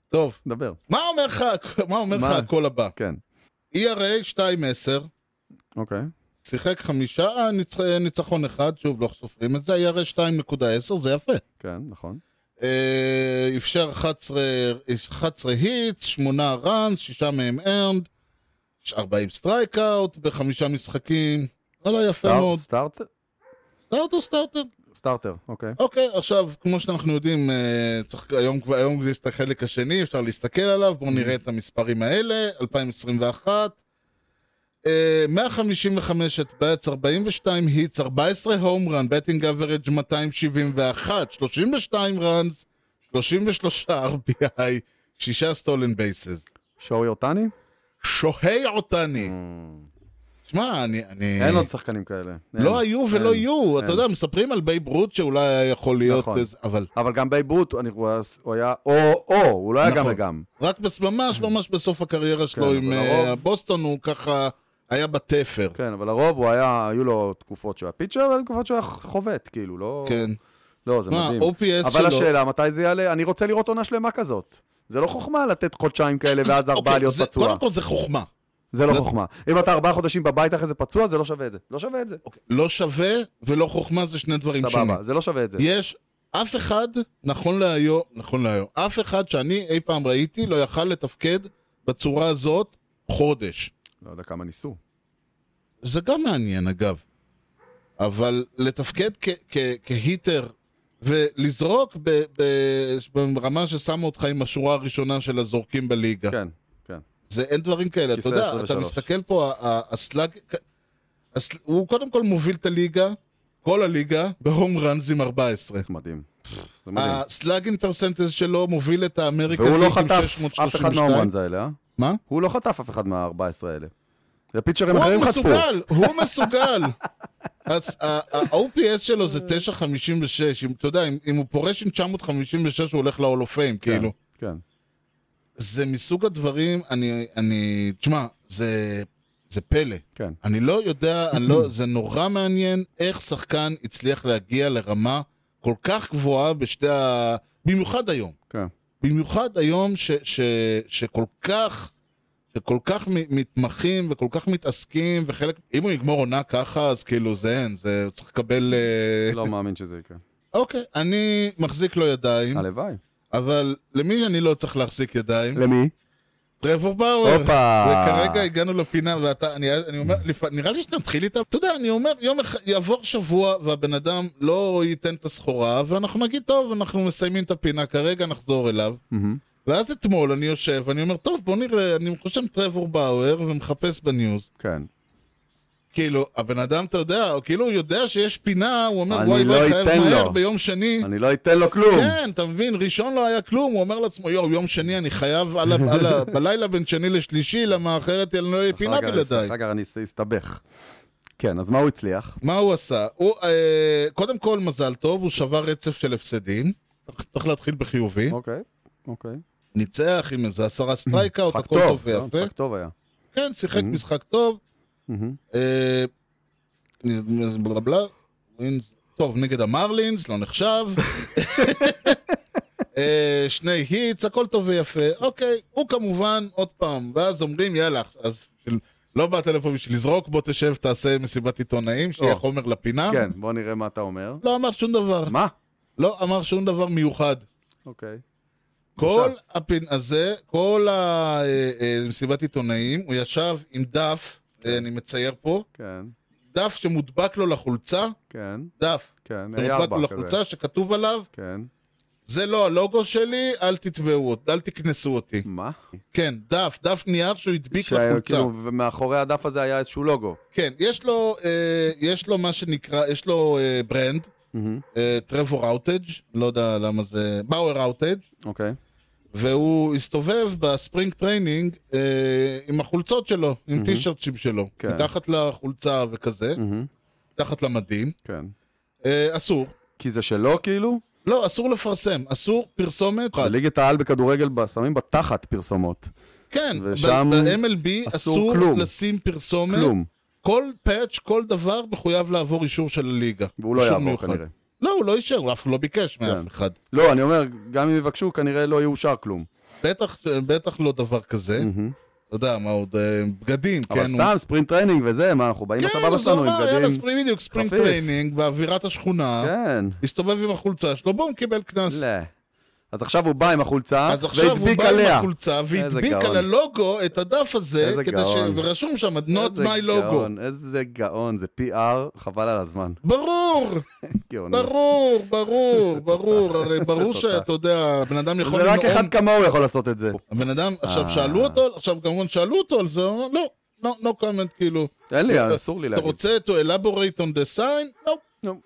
Speaker 1: טוב,
Speaker 2: דבר,
Speaker 1: מה אומר לך- מה אומר לך
Speaker 2: מה?
Speaker 1: הקול הבא? E
Speaker 2: כן.
Speaker 1: ERA 2.10,
Speaker 2: אוקיי.
Speaker 1: שיחק חמישה, אה, ניצח- ניצחון אחד, שוב, לא סופרים את זה, ERA 2.10, זה יפה.
Speaker 2: כן, נכון.
Speaker 1: אה, אפשר 11, 11 היטס, 8 ראנס, 6 מהם ארנד, 40 סטרייקאוט בחמישה משחקים. וואלה, לא, יפה
Speaker 2: סטאר-
Speaker 1: מאוד.
Speaker 2: סטארט-
Speaker 1: סטארטר, סטארטר.
Speaker 2: סטארטר, אוקיי.
Speaker 1: אוקיי, עכשיו, כמו שאנחנו יודעים, אה, צריך, היום, כבר- היום זה החלק השני, אפשר להסתכל עליו, בואו נראה את המספרים האלה, 2021. אה, 155 את באץ, 42 היטס, 14 הום רן, בטינג אברג' 271, 32 ראנס, 33 RBI, 6 סטולן בייסס.
Speaker 2: שואוי אורטני?
Speaker 1: שוהי עותני. שמע, אני... אני...
Speaker 2: Mm. אין עוד שחקנים כאלה. אין,
Speaker 1: אה, לא היו ולא
Speaker 2: אין.
Speaker 1: יהיו, אתה
Speaker 2: אין.
Speaker 1: יודע, מספרים על בייב רות שאולי היה יכול להיות,
Speaker 2: נכון.
Speaker 1: איזה- אבל
Speaker 2: אבל גם בייברוט, אני רואה, הוא היה או-או, הוא לא היה גם
Speaker 1: נכון.
Speaker 2: וגם.
Speaker 1: רק בס... ממש ממש בסוף הקריירה שלו
Speaker 2: כן,
Speaker 1: עם
Speaker 2: אבל
Speaker 1: אה,
Speaker 2: הרוב-
Speaker 1: בוסטון הוא ככה היה בתפר.
Speaker 2: כן, אבל לרוב הוא היה, היו לו תקופות שהוא היה פיצ'ר, והיו תקופות שהוא היה חובט, כאילו, לא...
Speaker 1: כן.
Speaker 2: לא, זה
Speaker 1: מה,
Speaker 2: מדהים.
Speaker 1: OPS
Speaker 2: אבל
Speaker 1: שלו-
Speaker 2: השאלה, מתי זה יעלה? אני רוצה לראות עונה שלמה כזאת. זה לא חוכמה לתת חודשיים כאלה ואז ארבעה
Speaker 1: אוקיי,
Speaker 2: להיות
Speaker 1: זה-
Speaker 2: פצוע.
Speaker 1: קודם כל זה חוכמה.
Speaker 2: זה לא חוכמה. אם אתה ארבעה חודשים בבית אחרי זה פצוע, זה לא שווה את זה. לא שווה את זה.
Speaker 1: אוקיי, לא שווה ולא חוכמה זה שני דברים שונים.
Speaker 2: סבבה, זה לא שווה את זה.
Speaker 1: יש אף אחד, נכון להיום, נכון להיום, אף אחד שאני אי פעם ראיתי לא יכל לתפקד בצורה הזאת חודש.
Speaker 2: לא יודע כמה ניסו.
Speaker 1: זה גם מעניין אגב. אבל לתפקד כ- כ- כהיטר ולזרוק ב- ב- ברמה ששמו אותך עם השורה הראשונה של הזורקים בליגה.
Speaker 2: כן, כן.
Speaker 1: זה אין דברים כאלה, אתה
Speaker 2: כיסא
Speaker 1: יודע,
Speaker 2: 23.
Speaker 1: אתה מסתכל פה, ה- ה- הסלאג, הסל- הוא קודם כל מוביל את הליגה, כל הליגה, בהום ראנז עם 14.
Speaker 2: מדהים.
Speaker 1: אה,
Speaker 2: פפפ, זה מדהים.
Speaker 1: הסלאגין פרסנטז שלו מוביל את האמריקה
Speaker 2: והוא לא
Speaker 1: עם
Speaker 2: חטף אף אחד
Speaker 1: 632.
Speaker 2: מההומרנז האלה, אה?
Speaker 1: מה?
Speaker 2: הוא לא חטף אף אחד מה-14 האלה. זה פיצ'רים
Speaker 1: הוא
Speaker 2: אחרים חטפו.
Speaker 1: מסוגל, הוא מסוגל. אז ה- ה- ה-OPS שלו זה 9.56, אם אתה יודע, אם- אם הוא פורש עם 956 הוא הולך ל-all of fame,
Speaker 2: כן,
Speaker 1: כאילו.
Speaker 2: כן.
Speaker 1: זה מסוג הדברים, אני, אני, תשמע, זה, זה פלא.
Speaker 2: כן.
Speaker 1: אני לא יודע, אני לא, זה נורא מעניין איך שחקן הצליח להגיע לרמה כל כך גבוהה בשתי ה... במיוחד היום.
Speaker 2: כן.
Speaker 1: במיוחד היום ש, ש, שכל כך, שכל כך מ- מתמחים וכל כך מתעסקים, וחלק, אם הוא יגמור עונה ככה, אז כאילו זה אין, זה, הוא צריך לקבל... אה,
Speaker 2: לא מאמין שזה יקרה.
Speaker 1: <laughs> אוקיי, אני מחזיק לו ידיים,
Speaker 2: הלוואי.
Speaker 1: אבל למי אני לא צריך להחזיק ידיים?
Speaker 2: למי?
Speaker 1: טרוור באואר.
Speaker 2: הופה.
Speaker 1: וכרגע הגענו לפינה, ואתה, אני, אני אומר, לפ... נראה לי שנתחיל איתה, אתה יודע, אני אומר, יום אחד, יעבור שבוע והבן אדם לא ייתן את הסחורה, ואנחנו נגיד, טוב, אנחנו מסיימים את הפינה, כרגע נחזור אליו. ואז אתמול אני יושב, ואני אומר, טוב, בוא נראה, אני חושב טרוור באואר ומחפש בניוז.
Speaker 2: כן.
Speaker 1: כאילו, הבן אדם, אתה יודע, הוא כאילו הוא יודע שיש פינה, הוא אומר,
Speaker 2: אני
Speaker 1: וואי
Speaker 2: לא
Speaker 1: וואי, חייב
Speaker 2: אתן
Speaker 1: מהר
Speaker 2: לו."
Speaker 1: ביום שני.
Speaker 2: אני לא אתן לו כלום.
Speaker 1: כן, אתה מבין, ראשון לא היה כלום, הוא אומר לעצמו, יואו, יום שני אני חייב על ה- על
Speaker 2: <laughs>
Speaker 1: ה- בלילה בין שני לשלישי, למה אחרת אני לא אהיה פינה
Speaker 2: אחר כך-
Speaker 1: בלעדיי.
Speaker 2: אחר כך אני אסתבך. כן, אז מה הוא הצליח?
Speaker 1: מה הוא עשה? הוא, אה, קודם כל, מזל טוב, הוא שבר רצף של הפסדים. צריך להתחיל בחיובי.
Speaker 2: אוקיי, אוקיי.
Speaker 1: ניצח עם איזה עשרה סטרייקאוט,
Speaker 2: משחק
Speaker 1: הכל טוב
Speaker 2: טוב, לא,
Speaker 1: ויפה.
Speaker 2: משחק טוב היה.
Speaker 1: כן, שיחק
Speaker 2: Mhm.
Speaker 1: משחק טוב.
Speaker 2: מהמם.
Speaker 1: אה, בלה בלה. ווינס- טוב, נגד המרלינס, לא
Speaker 2: <laughs>
Speaker 1: נחשב. אה, שני היטס, הכל טוב ויפה. אוקיי, הוא כמובן, עוד פעם, ואז אומרים, יאללה, אז של- לא באת לפה בשביל לזרוק, בוא תשב, תעשה מסיבת עיתונאים, שיהיה
Speaker 2: או.
Speaker 1: חומר לפינה.
Speaker 2: לא. כן, בוא נראה מה אתה אומר.
Speaker 1: לא אמר שום דבר.
Speaker 2: מה?
Speaker 1: לא אמר שום דבר מיוחד.
Speaker 2: אוקיי.
Speaker 1: כל
Speaker 2: עכשיו.
Speaker 1: הפין הזה, כל המסיבת עיתונאים, הוא ישב עם דף, אה, אני מצייר פה,
Speaker 2: כן,
Speaker 1: דף שמודבק לו לחולצה,
Speaker 2: כן,
Speaker 1: דף
Speaker 2: כן. היה
Speaker 1: שמודבק
Speaker 2: ארבע
Speaker 1: לו
Speaker 2: כזה.
Speaker 1: לחולצה שכתוב עליו,
Speaker 2: כן.
Speaker 1: זה לא הלוגו שלי, אל תתבעו, אות- אל תקנסו אותי.
Speaker 2: מה?
Speaker 1: כן, דף, דף נייר שהוא הדביק
Speaker 2: שהיה,
Speaker 1: לחולצה.
Speaker 2: כאילו, ומאחורי הדף הזה היה איזשהו לוגו.
Speaker 1: כן, יש לו, אה, יש לו מה שנקרא, יש לו אה, ברנד,
Speaker 2: מהמם.
Speaker 1: אה, טרוור אאוטג', לא יודע למה זה, באואר אאוטג',
Speaker 2: אוקיי.
Speaker 1: והוא הסתובב בספרינג טריינינג אה, עם החולצות שלו, עם טישרטים שלו,
Speaker 2: כן.
Speaker 1: מתחת לחולצה וכזה,
Speaker 2: מהמם.
Speaker 1: מתחת למדים.
Speaker 2: כן.
Speaker 1: אה, אסור.
Speaker 2: כי זה שלו, כאילו?
Speaker 1: לא, אסור לפרסם, אסור פרסומת.
Speaker 2: ליגת העל בכדורגל ב- שמים בתחת פרסומות.
Speaker 1: כן,
Speaker 2: ושם
Speaker 1: ב-MLB
Speaker 2: אסור
Speaker 1: אסור
Speaker 2: כלום.
Speaker 1: לשים פרסומת.
Speaker 2: כלום.
Speaker 1: כל פאץ', כל דבר מחויב לעבור אישור של הליגה.
Speaker 2: והוא לא
Speaker 1: אישור
Speaker 2: יעבור
Speaker 1: מיוחד.
Speaker 2: כנראה.
Speaker 1: לא, הוא לא אישר, הוא אף לא ביקש מאף
Speaker 2: כן.
Speaker 1: אחד.
Speaker 2: לא, אני אומר, גם אם יבקשו, כנראה לא יאושר כלום.
Speaker 1: כן, בטח, בטח לא דבר כזה. אתה יודע, מה עוד, אה, בגדים, כן.
Speaker 2: אבל
Speaker 1: הוא-
Speaker 2: סתם, ספרינט טריינינג וזה, מה, אנחנו באים
Speaker 1: כן,
Speaker 2: לסבבה
Speaker 1: אז הוא
Speaker 2: שלנו עם
Speaker 1: אמר, יאללה,
Speaker 2: בגדים.
Speaker 1: ספרינג, בדיוק, ספרינג
Speaker 2: חפיף.
Speaker 1: טריינינג, באווירת השכונה,
Speaker 2: כן.
Speaker 1: הסתובב עם החולצה שלו, בום, קיבל קנס.
Speaker 2: לא. אז עכשיו הוא בא עם החולצה,
Speaker 1: אז עכשיו הוא
Speaker 2: והדביק
Speaker 1: בא עם
Speaker 2: עליה.
Speaker 1: החולצה והדביק
Speaker 2: גאון.
Speaker 1: על הלוגו את הדף הזה,
Speaker 2: איזה
Speaker 1: כדי ש...
Speaker 2: גאון.
Speaker 1: ורשום שם, not
Speaker 2: איזה
Speaker 1: my logo.
Speaker 2: גאון, איזה גאון, זה PR, חבל על הזמן.
Speaker 1: ברור,
Speaker 2: גאוני.
Speaker 1: ברור, ברור, ברור, הרי
Speaker 2: איזה
Speaker 1: ברור
Speaker 2: תותח.
Speaker 1: שאתה יודע, הבן אדם יכול
Speaker 2: זה רק אחד
Speaker 1: לנאום,
Speaker 2: כמוהו יכול לעשות את זה.
Speaker 1: הבן אדם, עכשיו
Speaker 2: אה.
Speaker 1: שאלו אותו, עכשיו כמובן שאלו אותו על זה, הוא אמר, לא, no, no comment, כאילו,
Speaker 2: אין
Speaker 1: אה,
Speaker 2: לי, אסור לי
Speaker 1: אתה
Speaker 2: להגיד.
Speaker 1: רוצה to elaborate on the sign? לא.
Speaker 2: נו.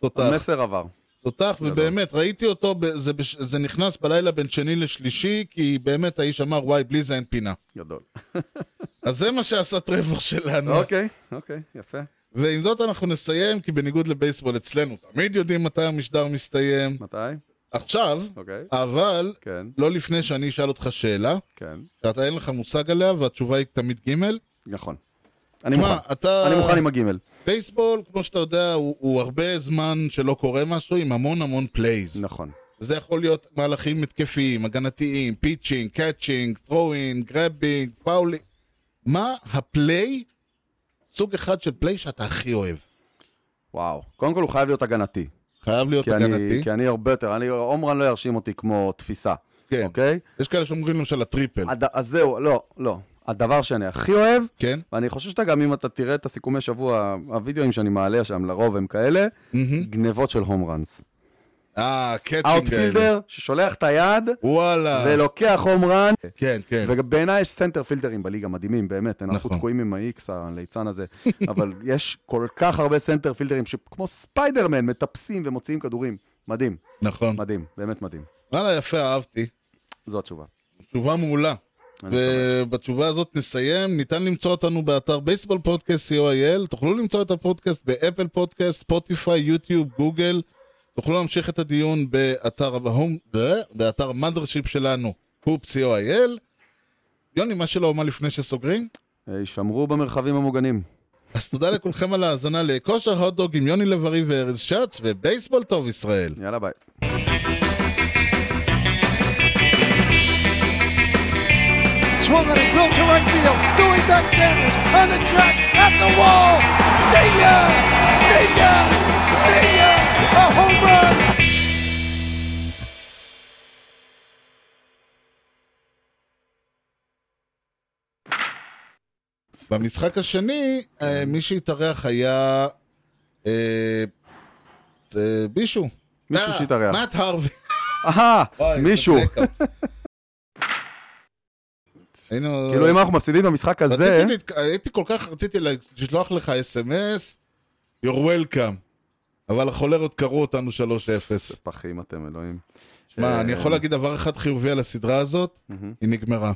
Speaker 1: תותח.
Speaker 2: המסר עבר.
Speaker 1: תותח,
Speaker 2: לא,
Speaker 1: ובאמת, ראיתי אותו, ב- זה בש- זה נכנס בלילה בין שני לשלישי, כי באמת האיש אמר, וואי, בלי זה אין פינה.
Speaker 2: גדול.
Speaker 1: אז זה מה שעשה טרוור שלנו.
Speaker 2: אוקיי, אוקיי, יפה.
Speaker 1: ועם זאת אנחנו נסיים, כי בניגוד לבייסבול אצלנו, תמיד יודעים מתי המשדר מסתיים.
Speaker 2: מתי?
Speaker 1: עכשיו,
Speaker 2: אוקיי.
Speaker 1: אבל
Speaker 2: כן,
Speaker 1: לא לפני שאני אשאל אותך שאלה,
Speaker 2: כן.
Speaker 1: שאתה אין לך מושג עליה, והתשובה היא תמיד ג'
Speaker 2: נכון. אני
Speaker 1: מה,
Speaker 2: מוכן.
Speaker 1: אתה...
Speaker 2: אני מוכן עם הגימל.
Speaker 1: בייסבול, כמו שאתה יודע, הוא, הוא הרבה זמן שלא קורה משהו, עם המון המון פלייז.
Speaker 2: נכון.
Speaker 1: זה יכול להיות מהלכים התקפיים, הגנתיים, פיצ'ינג, קאצ'ינג, ת'רואינג, גרבינג, פאולינג. מה הפליי, סוג אחד של פליי שאתה הכי אוהב?
Speaker 2: וואו. קודם כל הוא חייב להיות הגנתי.
Speaker 1: חייב להיות
Speaker 2: כי אני,
Speaker 1: הגנתי.
Speaker 2: כי אני הרבה יותר, אני, עומרן לא ירשים אותי כמו תפיסה,
Speaker 1: כן.
Speaker 2: אוקיי?
Speaker 1: יש כאלה שאומרים למשל הטריפל,
Speaker 2: הד, אז זהו, לא, לא. הדבר שאני הכי אוהב,
Speaker 1: כן?
Speaker 2: ואני חושב שאתה גם, אם אתה תראה את הסיכומי שבוע, הווידאוים שאני מעלה שם, לרוב הם כאלה, גנבות של הום ראנס.
Speaker 1: אה, קאצ'ינג האלה.
Speaker 2: אאוטפילדר ששולח את היד
Speaker 1: אה. וואלה.
Speaker 2: ולוקח הום ראן,
Speaker 1: כן, כן.
Speaker 2: ובעיניי יש סנטר פילדרים בליגה מדהימים, באמת, אנחנו
Speaker 1: נכון.
Speaker 2: תקועים עם האיקס הליצן הזה, <laughs> אבל יש כל כך הרבה סנטר פילדרים שכמו ספיידרמן מטפסים ומוציאים כדורים. מדהים,
Speaker 1: נכון.
Speaker 2: מדהים, באמת מדהים.
Speaker 1: וואלה, יפה, אהבתי.
Speaker 2: זו התשובה.
Speaker 1: תשובה מעולה.
Speaker 2: אני
Speaker 1: ובתשובה הזאת נסיים, ניתן למצוא אותנו באתר בייסבול פודקאסט co.il, תוכלו למצוא את הפודקאסט באפל פודקאסט, ספוטיפיי, יוטיוב, גוגל, תוכלו להמשיך את הדיון באתר ההום, אה, באתר המאדרשיפ שלנו, הופ co.il. יוני, מה שלא אומר לפני שסוגרים?
Speaker 2: אה, שמרו במרחבים המוגנים.
Speaker 1: אז תודה לכולכם על ההאזנה לכושר הוטדוג עם יוני לב-ארי וארז שץ, ובייסבול טוב ישראל.
Speaker 2: יאללה ביי.
Speaker 6: Swung on a drill to right field. Doing back Sanders on the track at the wall. See ya! See ya! See ya! A home run!
Speaker 1: במשחק השני,
Speaker 2: כן.
Speaker 1: אה, מי שהתארח היה... אה, אה, מישהו.
Speaker 2: מישהו
Speaker 1: אה,
Speaker 2: שהתארח.
Speaker 1: מאט הרווי.
Speaker 2: אהה,
Speaker 1: וואי, איזה
Speaker 2: מישהו.
Speaker 1: בלקאפ. היינו... אה,
Speaker 2: כאילו, אם אנחנו מפסידים במשחק הזה,
Speaker 1: רציתי, להתק- הייתי כל כך, רציתי לה- לשלוח לך אס.אם.אס, you're welcome. אבל החולרות קראו אותנו 3-0.
Speaker 2: פחים אתם, אלוהים. אה,
Speaker 1: מה, אני יכול להגיד דבר אחד חיובי על הסדרה הזאת? היא
Speaker 2: <laughs>
Speaker 1: נגמרה.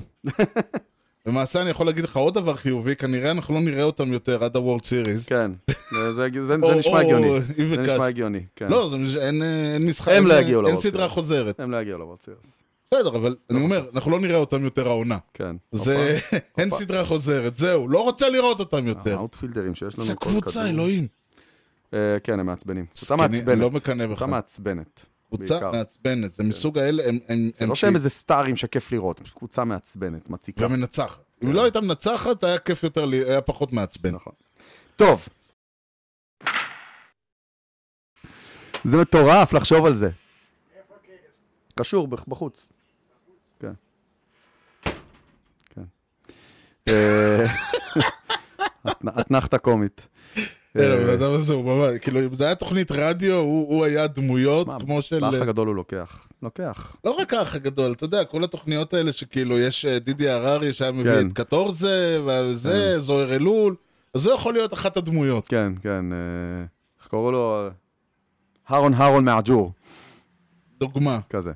Speaker 1: למעשה אני יכול להגיד לך עוד דבר חיובי, כנראה אנחנו לא נראה אותם יותר עד הוולד סיריס.
Speaker 2: כן, זה- זה- זה
Speaker 1: <laughs> או-
Speaker 2: זה נשמע
Speaker 1: או-
Speaker 2: הגיוני.
Speaker 1: אם
Speaker 2: זה
Speaker 1: וכאן.
Speaker 2: נשמע הגיוני, כן.
Speaker 1: לא, זה- אין אין משחק,
Speaker 2: הם לא
Speaker 1: אין-
Speaker 2: יגיעו
Speaker 1: אין
Speaker 2: לוולד
Speaker 1: סדרה
Speaker 2: סיריס.
Speaker 1: חוזרת.
Speaker 2: הם לא יגיעו לוולד סיריוס.
Speaker 1: בסדר, אבל אני אומר, אנחנו לא נראה אותם יותר העונה.
Speaker 2: כן.
Speaker 1: זה, <laughs> אין
Speaker 2: הופה.
Speaker 1: סדרה חוזרת, זהו, לא רוצה לראות אותם יותר.
Speaker 2: האוטפילדרים שיש אה, לנו
Speaker 1: זה
Speaker 2: כל
Speaker 1: קבוצה,
Speaker 2: כדור.
Speaker 1: אלוהים.
Speaker 2: אה, כן, הם מעצבנים. קבוצה
Speaker 1: זקני, אני לא
Speaker 2: מעצבנת.
Speaker 1: מקנא בך.
Speaker 2: קבוצה מעצבנת.
Speaker 1: קבוצה
Speaker 2: בעיקר. כן.
Speaker 1: מעצבנת, זה מסוג האלה, הם- הם...
Speaker 2: זה
Speaker 1: הם
Speaker 2: לא שהם איזה סטארים שכיף לראות, הם פשוט קבוצה מעצבנת, מציקה.
Speaker 1: ומנצחת. אם לא הייתה מנצחת, היה כיף יותר, לי- היה פחות מעצבן.
Speaker 2: כן. נכון. טוב. זה מטורף לחשוב על זה. קשור בח- בחוץ. כן. כן. אה, <laughs> אתנ- אתנחתה קומית.
Speaker 1: כן, הבן
Speaker 2: אה,
Speaker 1: אדם הזה הוא ממש, כאילו, אם זה היה תוכנית רדיו, הוא הוא היה דמויות
Speaker 2: מה,
Speaker 1: כמו לא של... אה,
Speaker 2: באח הגדול הוא לוקח. לוקח.
Speaker 1: לא רק האח הגדול, אתה יודע, כל התוכניות האלה שכאילו, יש אה, דידי הררי שהיה מביא
Speaker 2: כן.
Speaker 1: את קטורזה, וזה, זוהר אלול, אז זה יכול להיות אחת הדמויות.
Speaker 2: כן, כן. אה, איך קראו לו? הרון הרון מהג'ור,
Speaker 1: דוגמה.
Speaker 2: כזה.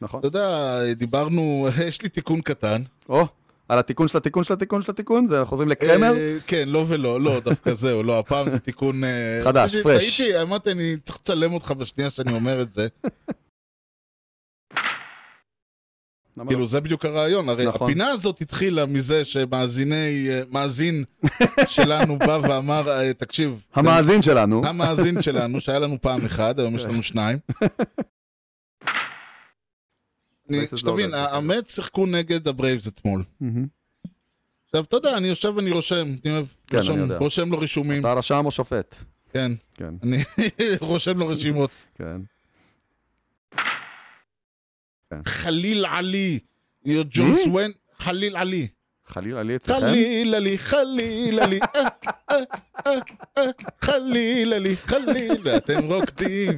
Speaker 2: נכון?
Speaker 1: אתה יודע, דיברנו, <laughs> יש לי תיקון קטן.
Speaker 2: או, על התיקון של התיקון של התיקון של התיקון, זה חוזרים לקרמר?
Speaker 1: אה, כן, לא ולא, לא, דווקא <laughs> זהו, לא, הפעם זה תיקון... אה,
Speaker 2: חדש,
Speaker 1: זה
Speaker 2: fresh.
Speaker 1: טעיתי, אמרתי, אני צריך לצלם אותך בשנייה שאני אומר
Speaker 2: <laughs>
Speaker 1: את זה.
Speaker 2: למה לא?
Speaker 1: כאילו, זה בדיוק הרעיון. הרי
Speaker 2: נכון.
Speaker 1: הפינה הזאת התחילה מזה שמאזיני, אה,
Speaker 2: <laughs>
Speaker 1: מאזין שלנו בא ואמר, אה, תקשיב,
Speaker 2: המאזין שלנו,
Speaker 1: אה, המאזין שלנו, שהיה לנו פעם אחד, היום יש לנו שניים. אני-
Speaker 2: Places
Speaker 1: שתבין,
Speaker 2: loaded.
Speaker 1: האמץ שיחקו נגד הברייבס אתמול.
Speaker 2: מהמם.
Speaker 1: עכשיו, אתה יודע, אני יושב ואני רושם, אני אוהב,
Speaker 2: כן,
Speaker 1: רושם-
Speaker 2: אני יודע.
Speaker 1: רושם לו רישומים,
Speaker 2: אתה רשם או שופט?
Speaker 1: כן,
Speaker 2: כן,
Speaker 1: אני <laughs> רושם לו רשימות.
Speaker 2: כן.
Speaker 1: חליל עלי, יו ג'ון
Speaker 2: מי?
Speaker 1: סוויין, חליל עלי.
Speaker 2: חליל עלי אצלכם?
Speaker 1: חלילה לי, חלילה לי, אה, אה, אה, אה, חלילה לי, חלילה, אתם רוקדים,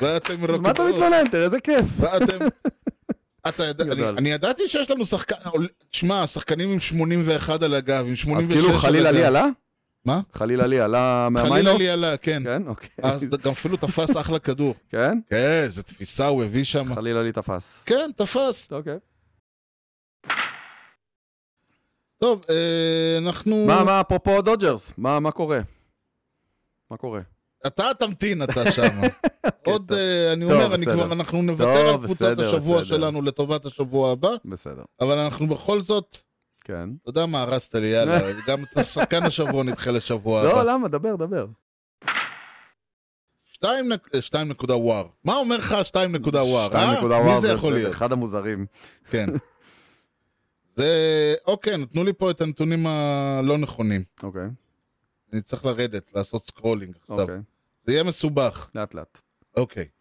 Speaker 1: ואתם
Speaker 2: אז מה אתה
Speaker 1: רוקדות,
Speaker 2: מתלונן? תראה, איזה כיף.
Speaker 1: ואתם...
Speaker 2: <laughs>
Speaker 1: אתה יודע, אני-
Speaker 2: גדל.
Speaker 1: אני ידעתי שיש לנו שחקן, אה, שמע, השחקנים עם 81 על הגב, עם
Speaker 2: אז
Speaker 1: 86 על הגב.
Speaker 2: כאילו חליל עלי עלה?
Speaker 1: מה?
Speaker 2: חליל עלי עלה
Speaker 1: חלילה
Speaker 2: מהמיינוף?
Speaker 1: לי עלה, כן.
Speaker 2: כן, אוקיי.
Speaker 1: אז גם אפילו תפס אחלה
Speaker 2: <laughs>
Speaker 1: כדור.
Speaker 2: כן?
Speaker 1: כן, איזה תפיסה הוא הביא שם.
Speaker 2: חליל עלי תפס.
Speaker 1: כן, תפס.
Speaker 2: אוקיי.
Speaker 1: טוב, אה, אנחנו...
Speaker 2: מה, מה, אפרופו דודג'רס? מה מה קורה? מה קורה?
Speaker 1: אתה תמתין, אתה
Speaker 2: <laughs>
Speaker 1: שם. עוד,
Speaker 2: כן, טוב.
Speaker 1: אה, אני
Speaker 2: טוב,
Speaker 1: אומר, אני
Speaker 2: בסדר.
Speaker 1: כבר, אנחנו
Speaker 2: טוב,
Speaker 1: נוותר על קבוצת
Speaker 2: בסדר,
Speaker 1: השבוע
Speaker 2: בסדר.
Speaker 1: שלנו לטובת השבוע הבא,
Speaker 2: בסדר.
Speaker 1: אבל אנחנו בכל זאת,
Speaker 2: כן.
Speaker 1: אתה יודע מה, הרסת לי,
Speaker 2: <laughs>
Speaker 1: יאללה, גם את השחקן השבוע נדחה לשבוע
Speaker 2: לא,
Speaker 1: הבא.
Speaker 2: למה? דבר, דבר.
Speaker 1: שתיים נק- אה, שתיים נקודה וואר. מה אומר לך 2 נקודה וואר?
Speaker 2: שתיים
Speaker 1: אה?
Speaker 2: נקודה וואו,
Speaker 1: מי זה יכול להיות?
Speaker 2: אחד המוזרים.
Speaker 1: כן. זה, אוקיי, נתנו לי פה את הנתונים הלא נכונים.
Speaker 2: אוקיי,
Speaker 1: אני צריך לרדת, לעשות סקרולינג עכשיו.
Speaker 2: אוקיי.
Speaker 1: זה יהיה מסובך.
Speaker 2: לאט לאט.
Speaker 1: אוקיי.